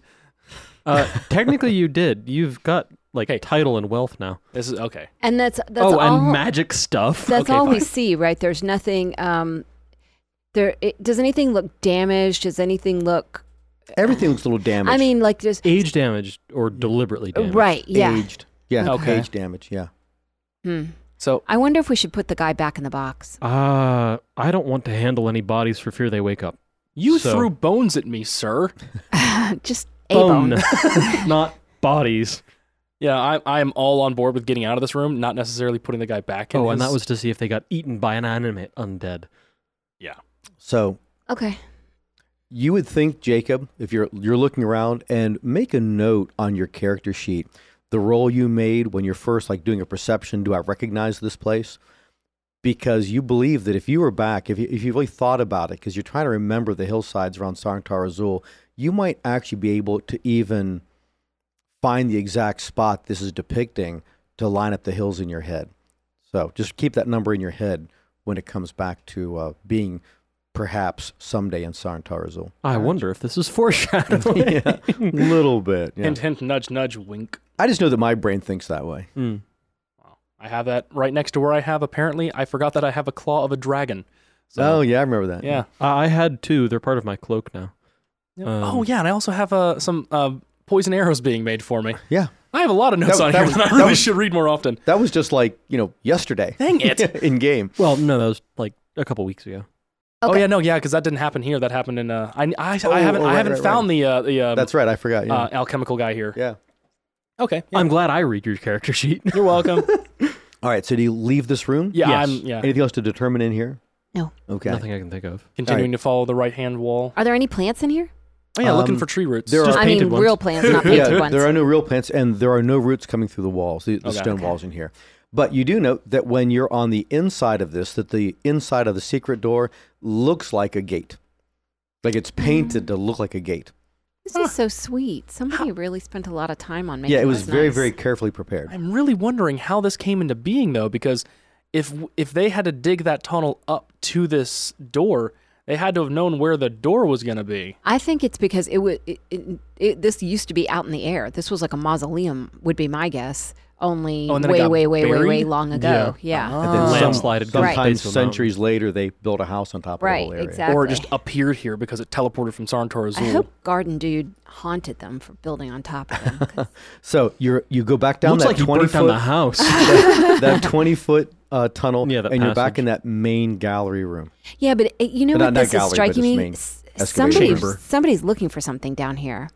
C: Uh, technically, you did. You've got like
B: Hey.
C: title and wealth now.
B: This is okay.
A: And that's that's all.
C: oh, and magic stuff.
A: that's
B: Okay,
A: all we
B: fine.
A: see, right? There's nothing. Um, there it, does anything look damaged? Does anything look
D: Everything looks a little damaged.
A: I mean, like just
C: Age damaged or deliberately damaged.
A: right, yeah.
D: aged. Yeah,
B: Okay.
D: age damage. Yeah.
A: Hmm.
B: So
A: I wonder if we should put the guy back in the box.
C: Uh, I don't want to handle any bodies for fear they wake up.
B: you
C: So-
B: threw bones at me, sir.
A: just a bone.
C: not bodies.
B: Yeah, I, I am all on board with getting out of this room, not necessarily putting the guy back in.
C: Oh, and
B: his-
C: that was to see if they got eaten by an animate undead.
D: So
A: Okay.
D: you would think, Jacob, if you're you're looking around and make a note on your character sheet, the role you made when you're first like doing a perception. Do I recognize this place? Because you believe that if you were back, if you, if you really thought about it, because you're trying to remember the hillsides around Sanctar Azul, you might actually be able to even find the exact spot this is depicting to line up the hills in your head. So just keep that number in your head when it comes back to uh, being perhaps someday in Sarntarzul.
C: I wonder if this is foreshadowing.
D: yeah, little bit. yeah.
B: hint, hint, nudge, nudge, wink.
D: I just know that my brain thinks that way.
C: Hmm.
B: I have that right next to where I have. Apparently, I forgot that I have a claw of a dragon.
D: oh
B: So,
D: yeah, I remember that.
B: yeah.
C: I I had two. They're part of my cloak now. Um,
B: oh yeah, and I also have uh, some uh, poison arrows being made for me.
D: yeah.
B: I have a lot of notes
D: That-
B: on
D: that
B: here
D: was-
B: that,
D: that
B: I really
D: was-
B: should read more often.
D: That was just like you know yesterday.
B: Dang it!
D: in game.
C: Well, no, that was like a couple weeks ago.
B: Oh
A: Okay.
B: yeah, no, yeah, because that didn't happen here. That happened in. Uh, I, I,
D: Oh,
B: I haven't
D: oh,
B: I
D: right,
B: haven't
D: right,
B: found the uh, the um,
D: That's right. I forgot. Yeah.
B: uh, alchemical guy here.
D: yeah.
B: Okay, yeah.
C: I'm glad I read your character sheet.
B: you're welcome.
D: All right. So do you leave this room?
B: Yeah,
C: Yes.
B: I'm yeah
D: Anything else to determine in here?
A: No.
D: Okay.
C: Nothing I can think of.
B: continuing to follow the right hand wall.
A: Are there any plants in here?
B: Oh yeah, looking
D: Um,
B: for tree roots.
D: there There are-
A: I mean,
C: painted ones.
A: real plants, not
D: yeah,
A: painted ones.
D: there are no real plants, and there are no roots coming through the walls, the, the
B: Okay.
D: stone walls in here. But you do note that when you're on the inside of this, that the inside of the secret door looks like a gate, like it's painted to look like a gate.
A: This is so sweet. Somebody really spent a lot of time on making.
D: yeah, it was
A: this
D: very,
A: nice.
D: very carefully prepared.
B: I'm really wondering how this came into being though, because if if they had to dig that tunnel up to this door, they had to have known where the door was gonna be.
A: I think it's because it would. It, it, it, this used to be out in the air. This was like a mausoleum, would be my guess. Only
B: Oh, and then it
A: way,
B: got
A: way, way, way, way
B: buried?
A: long ago. Yeah.
D: And then
C: Ah.
D: some-
C: Landslide had gone
D: sometimes
C: right.
D: centuries later, they built a house on top of the
A: Right.
D: whole area.
A: Exactly.
B: Or it just appeared here because it teleported from Sarntor
A: I
B: Azul.
A: hope Garden Dude haunted them for building on top of them. 'cause-
D: So you you go back down
C: Looks
D: that
C: like you
D: twenty
C: burnt down
D: foot
C: the house.
D: that, that twenty foot uh, tunnel,
C: Yeah, that
D: and you're back
C: passage.
D: in that main gallery room.
A: yeah, but it, you know
D: Not-
A: what
D: not
A: this
D: gallery,
A: is
D: but
A: striking
D: it's
A: me.
D: main
A: S-
D: excavation
A: Somebody,
C: chamber.
A: somebody's looking for something down here.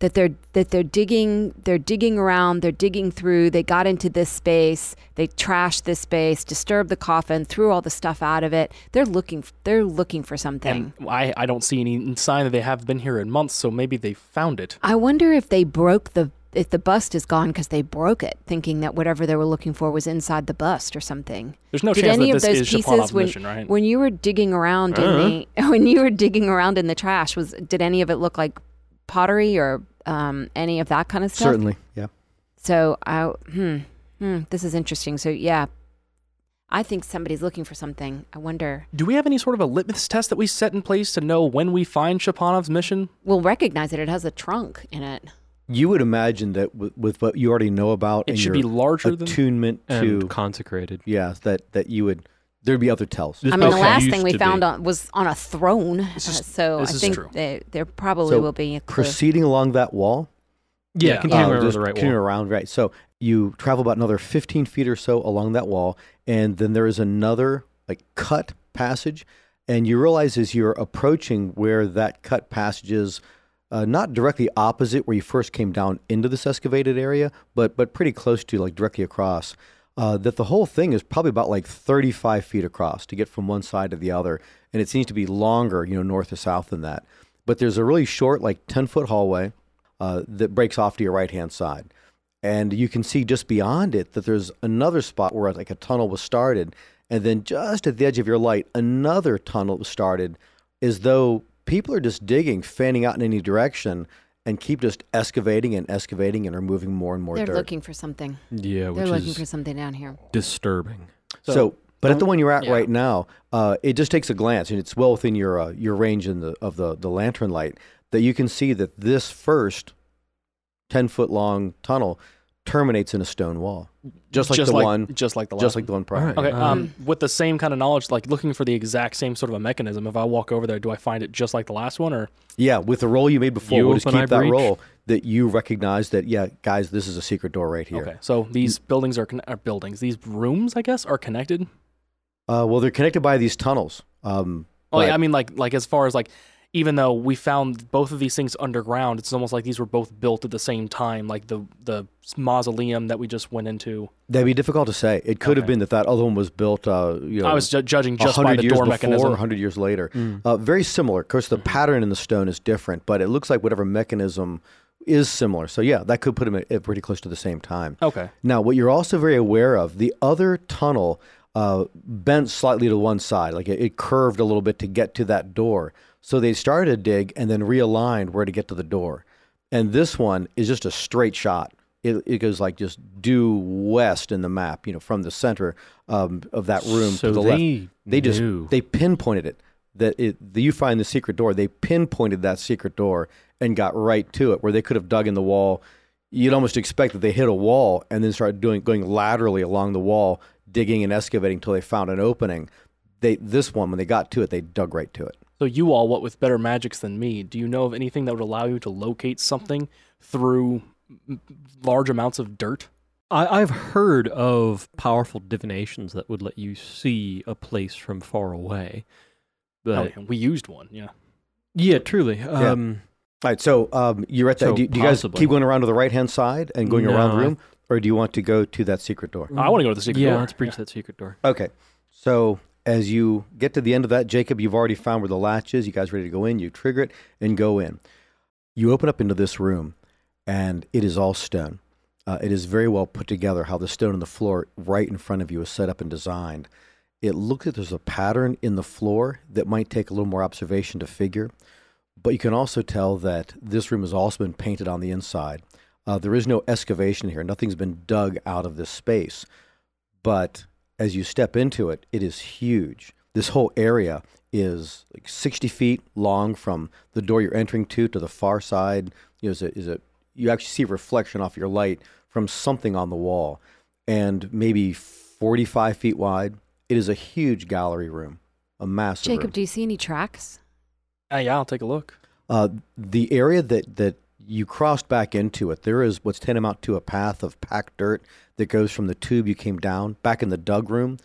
A: That they're that they're digging, they're digging around, they're digging through. They got into this space, they trashed this space, disturbed the coffin, threw all the stuff out of it. They're looking, f- they're looking for something.
B: and I, I don't see any sign that they have been here in months, so maybe they found it.
A: I wonder if they broke the if the bust is gone because they broke it, thinking that whatever they were looking for was inside the bust or something.
B: There's no
A: Did
B: chance
A: any
B: that
A: of
B: this
A: those
B: is
A: pieces
B: Shapanov's
A: when,
B: mission, right?
A: when you were digging around in the when you were digging around in the trash was did any of it look like pottery or um, any of that kind of stuff?
D: Certainly, yeah.
A: So I hmm, hmm this is interesting. So yeah, I think somebody's looking for something. I wonder.
B: Do we have any sort of a litmus test that we set in place to know when we find Shapanov's mission?
A: We'll recognize it. It has a trunk in it.
D: You would imagine that with, with what you already know about,
B: It
D: and
B: should
D: your
B: be larger than
D: attunement
C: and
D: to,
C: consecrated.
D: yeah, that that you would there'd be other tells.
C: This
A: I mean, the
C: place
A: last
C: used
A: thing we
C: to
A: found
C: be.
A: on, was on a throne,
B: This is-
A: uh, so I
B: this is
A: think
B: true.
A: They, there probably
D: So,
A: will be a clue.
D: Proceeding along that wall,
C: Yeah,
B: Yeah.
C: continue
D: uh,
C: over
D: just
C: the right
D: continue
C: wall.
D: around, right? So you travel about another fifteen feet or so along that wall, and then there is another like cut passage, and you realize as you're approaching where that cut passage is. Uh, not directly opposite where you first came down into this excavated area, but but pretty close to, like directly across. Uh, that the whole thing is probably about like 35 feet across to get from one side to the other, and it seems to be longer, you know, north to south than that. But there's a really short, like 10 foot hallway uh, that breaks off to your right hand side, and you can see just beyond it that there's another spot where like a tunnel was started, and then just at the edge of your light, another tunnel was started as though people are just digging, fanning out in any direction, and keep just excavating and excavating and removing more and more
A: They're
D: dirt.
A: looking for something.
C: Yeah,
A: They're
C: which
A: looking
C: is
A: for something down here.
C: disturbing.
D: so,
B: So,
D: but at the one you're at
B: yeah.
D: right now, uh, it just takes a glance, and it's well within your uh, your range in the of the the lantern light that you can see that this first ten foot long tunnel terminates in a stone wall, just like
B: just
D: the
B: like
D: one,
B: just like the last
D: just like the one prior.
C: Alright.
B: Okay.
A: Uh-huh.
B: Um, with the same kind of knowledge, like looking for the exact same sort of a mechanism. If I walk over there, do I find it just like the last one, or
D: Yeah, with the roll you made before,
C: You
D: we'll just
C: open,
D: keep
C: I
D: that
C: breach.
D: roll that you recognize that. Yeah, guys, this is a secret door right here.
B: okay? So these buildings are, conne- are buildings. These rooms, I guess, are connected.
D: Uh, well, they're connected by these tunnels. Um,
B: Oh
D: but-
B: yeah, I mean, like like as far as like, even though we found both of these things underground, it's almost like these were both built at the same time, like the the mausoleum that we just went into.
D: that'd be difficult to say. It could have
B: Okay.
D: been that that other one was built. Uh, you know,
B: I was ju- judging
D: a
B: just by
D: hundred
B: the
D: years
B: door
D: before,
B: mechanism. Mm.
D: a hundred years later. Uh, very similar. Of course, the pattern in the stone is different, but it looks like whatever mechanism is similar. So yeah, that could put them at, at pretty close to the same time.
B: Okay.
D: Now, what you're also very aware of, the other tunnel uh, bent slightly to one side, like it, it curved a little bit to get to that door. So they started to dig and then realigned where to get to the door. And this one is just a straight shot. It, it goes like just due west in the map, you know, from the center um, of that room
C: So
D: to the
C: they
D: left. They just
C: knew.
D: they pinpointed it. That it that you find the secret door. They pinpointed that secret door and got right to it, where they could have dug in the wall. You'd almost expect that they hit a wall and then start doing going laterally along the wall, digging and excavating till they found an opening. They this one when they got to it, they dug right to it.
B: So you all, what with better magics than me, do you know of anything that would allow you to locate something through m- large amounts of dirt?
C: I, I've heard of powerful divinations that would let you see a place from far away. But
B: Oh, yeah, we used one. Yeah.
C: yeah, truly. Um,
D: All right, so um, you're at that.
C: So
D: do, do you guys
C: possibly.
D: keep going around to the right hand side and going around the
C: No, I-
D: room, or do you want to go to that secret door?
B: I want to go to the secret
C: Mm. yeah,
B: door.
C: let's breach that secret door.
D: Okay. So as you get to the end of that, Jacob, you've already found where the latch is. You guys ready to go in? You trigger it and go in. You open up into this room, and it is all stone. Uh, it is very well put together. How the stone on the floor right in front of you is set up and designed. It looks like there's a pattern in the floor that might take a little more observation to figure, but you can also tell that this room has also been painted on the inside. Uh, there is no excavation here. Nothing's been dug out of this space but as you step into it, it is huge. This whole area is like 60 feet long from the door you're entering to to the far side. You know, is a, is a, you actually see a reflection off your light from something on the wall, and maybe 45 feet wide. It is a huge gallery room, a massive room.
A: Jacob, do you see any tracks?
B: Uh, yeah, I'll take a look.
D: Uh, the area that that you crossed back into it, there is what's tantamount to a path of packed dirt that goes from the tube you came down back in the dug room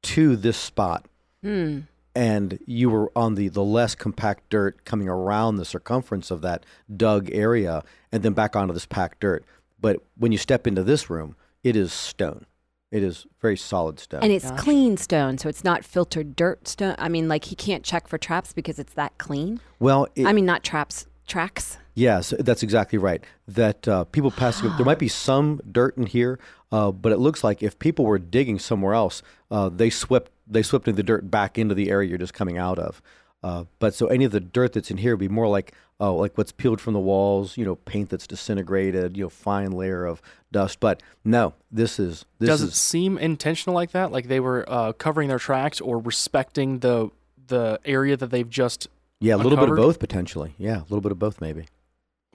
D: to this spot,
A: Hmm.
D: and you were on the the less compact dirt coming around the circumference of that dug area, and then back onto this packed dirt. But when you step into this room, it is stone. It is very solid stone.
A: and it's clean stone, so it's not filtered dirt stone. I mean, like he can't check for traps because it's that clean.
D: well, it,
A: I mean, not traps, tracks.
D: Yes, that's exactly right. That uh, people passing, there might be some dirt in here, uh, but it looks like if people were digging somewhere else, uh, they swept they swept the dirt back into the area you're just coming out of. Uh, but so any of the dirt that's in here would be more like oh, like what's peeled from the walls, you know, paint that's disintegrated, you know, fine layer of dust. But no, this is this
B: Does
D: is
B: it seem intentional like that? Like they were uh, covering their tracks or respecting the the area that they've just.
D: yeah, a little bit of
B: uncovered?
D: both potentially. Yeah, a little bit of both maybe.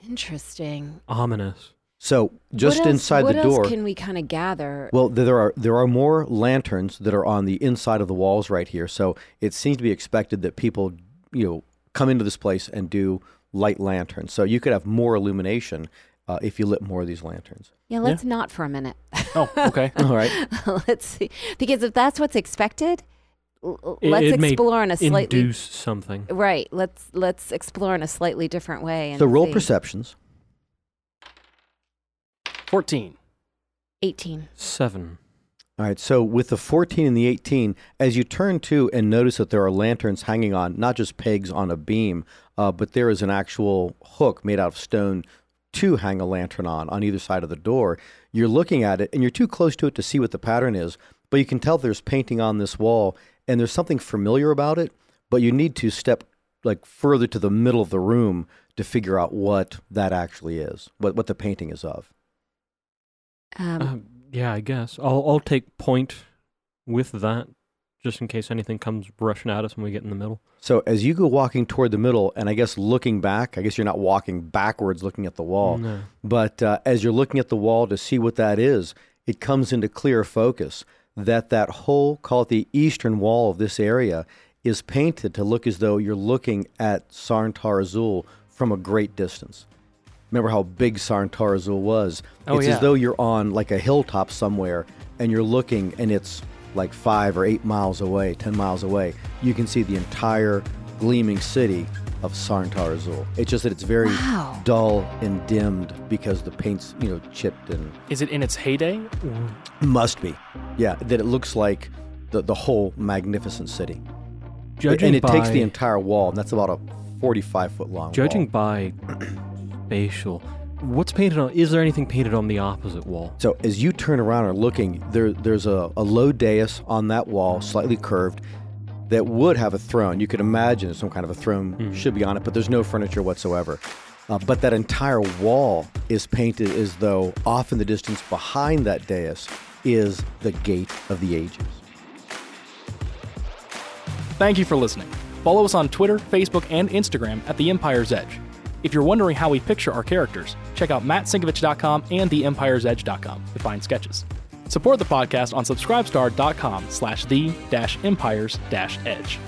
A: Interesting.
C: Ominous.
D: So just
A: What else-
D: inside
A: what
D: the door.
A: else can we kind of gather?
D: Well, th- there are there are more lanterns that are on the inside of the walls right here, so it seems to be expected that people, you know, come into this place and do light lanterns. So you could have more illumination uh, if you lit more of these lanterns.
A: yeah, let's not for a minute.
B: Oh, okay.
D: All right.
A: let's see, because if that's what's expected, l- l-
C: It-
A: let's
C: it may
A: explore in a slightly
C: Induce something.
A: right. Let's let's explore in a slightly different way. And
D: so roll
A: see.
D: perceptions.
B: Fourteen.
A: Eighteen.
C: Seven.
D: All right. So with the 14 and the 18, as you turn to and notice that there are lanterns hanging on, not just pegs on a beam, uh, but there is an actual hook made out of stone to hang a lantern on on either side of the door. You're looking at it and you're too close to it to see what the pattern is, but you can tell there's painting on this wall and there's something familiar about it, but you need to step like further to the middle of the room to figure out what that actually is, what, what the painting is of.
A: Um,
D: Uh-huh.
C: Um, yeah, I guess I'll I'll take point with that just in case anything comes rushing at us when we get in the middle.
D: So as you go walking toward the middle, and I guess looking back, I guess you're not walking backwards looking at the wall,
C: No.
D: but uh, as you're looking at the wall to see what that is, it comes into clear focus that that whole, call it the eastern wall of this area, is painted to look as though you're looking at Sarntar Azul from a great distance. Remember how big Sarntar Azul was?
B: Oh,
D: it's
B: yeah.
D: as though you're on like a hilltop somewhere and you're looking and it's like five or eight miles away, 10 miles away. You can see the entire gleaming city of Sarntar Azul. It's just that it's very
A: Wow.
D: dull and dimmed because the paint's, you know, chipped and
B: Is it in its heyday?
D: must be. Yeah, that it looks like the, the whole magnificent city.
C: Judging
D: and it takes
C: by-
D: the entire wall, and that's about a 45 foot long
C: Judging
D: wall.
C: by spatial, what's painted on? Is there anything painted on the opposite wall?
D: So as you turn around and are looking, there there's a, a low dais on that wall, slightly curved, that would have a throne. You could imagine some kind of a throne
C: Mm-hmm.
D: should be on it, but there's no furniture whatsoever. Uh, but that entire wall is painted as though off in the distance behind that dais is the gate of the ages.
B: Thank you for listening. Follow us on Twitter, Facebook, and Instagram at The Empire's Edge. If you're wondering how we picture our characters, check out mattsinkovich.com and theempirsedge.com to find sketches. Support the podcast on subscribestar.com slash the dash empires dash edge.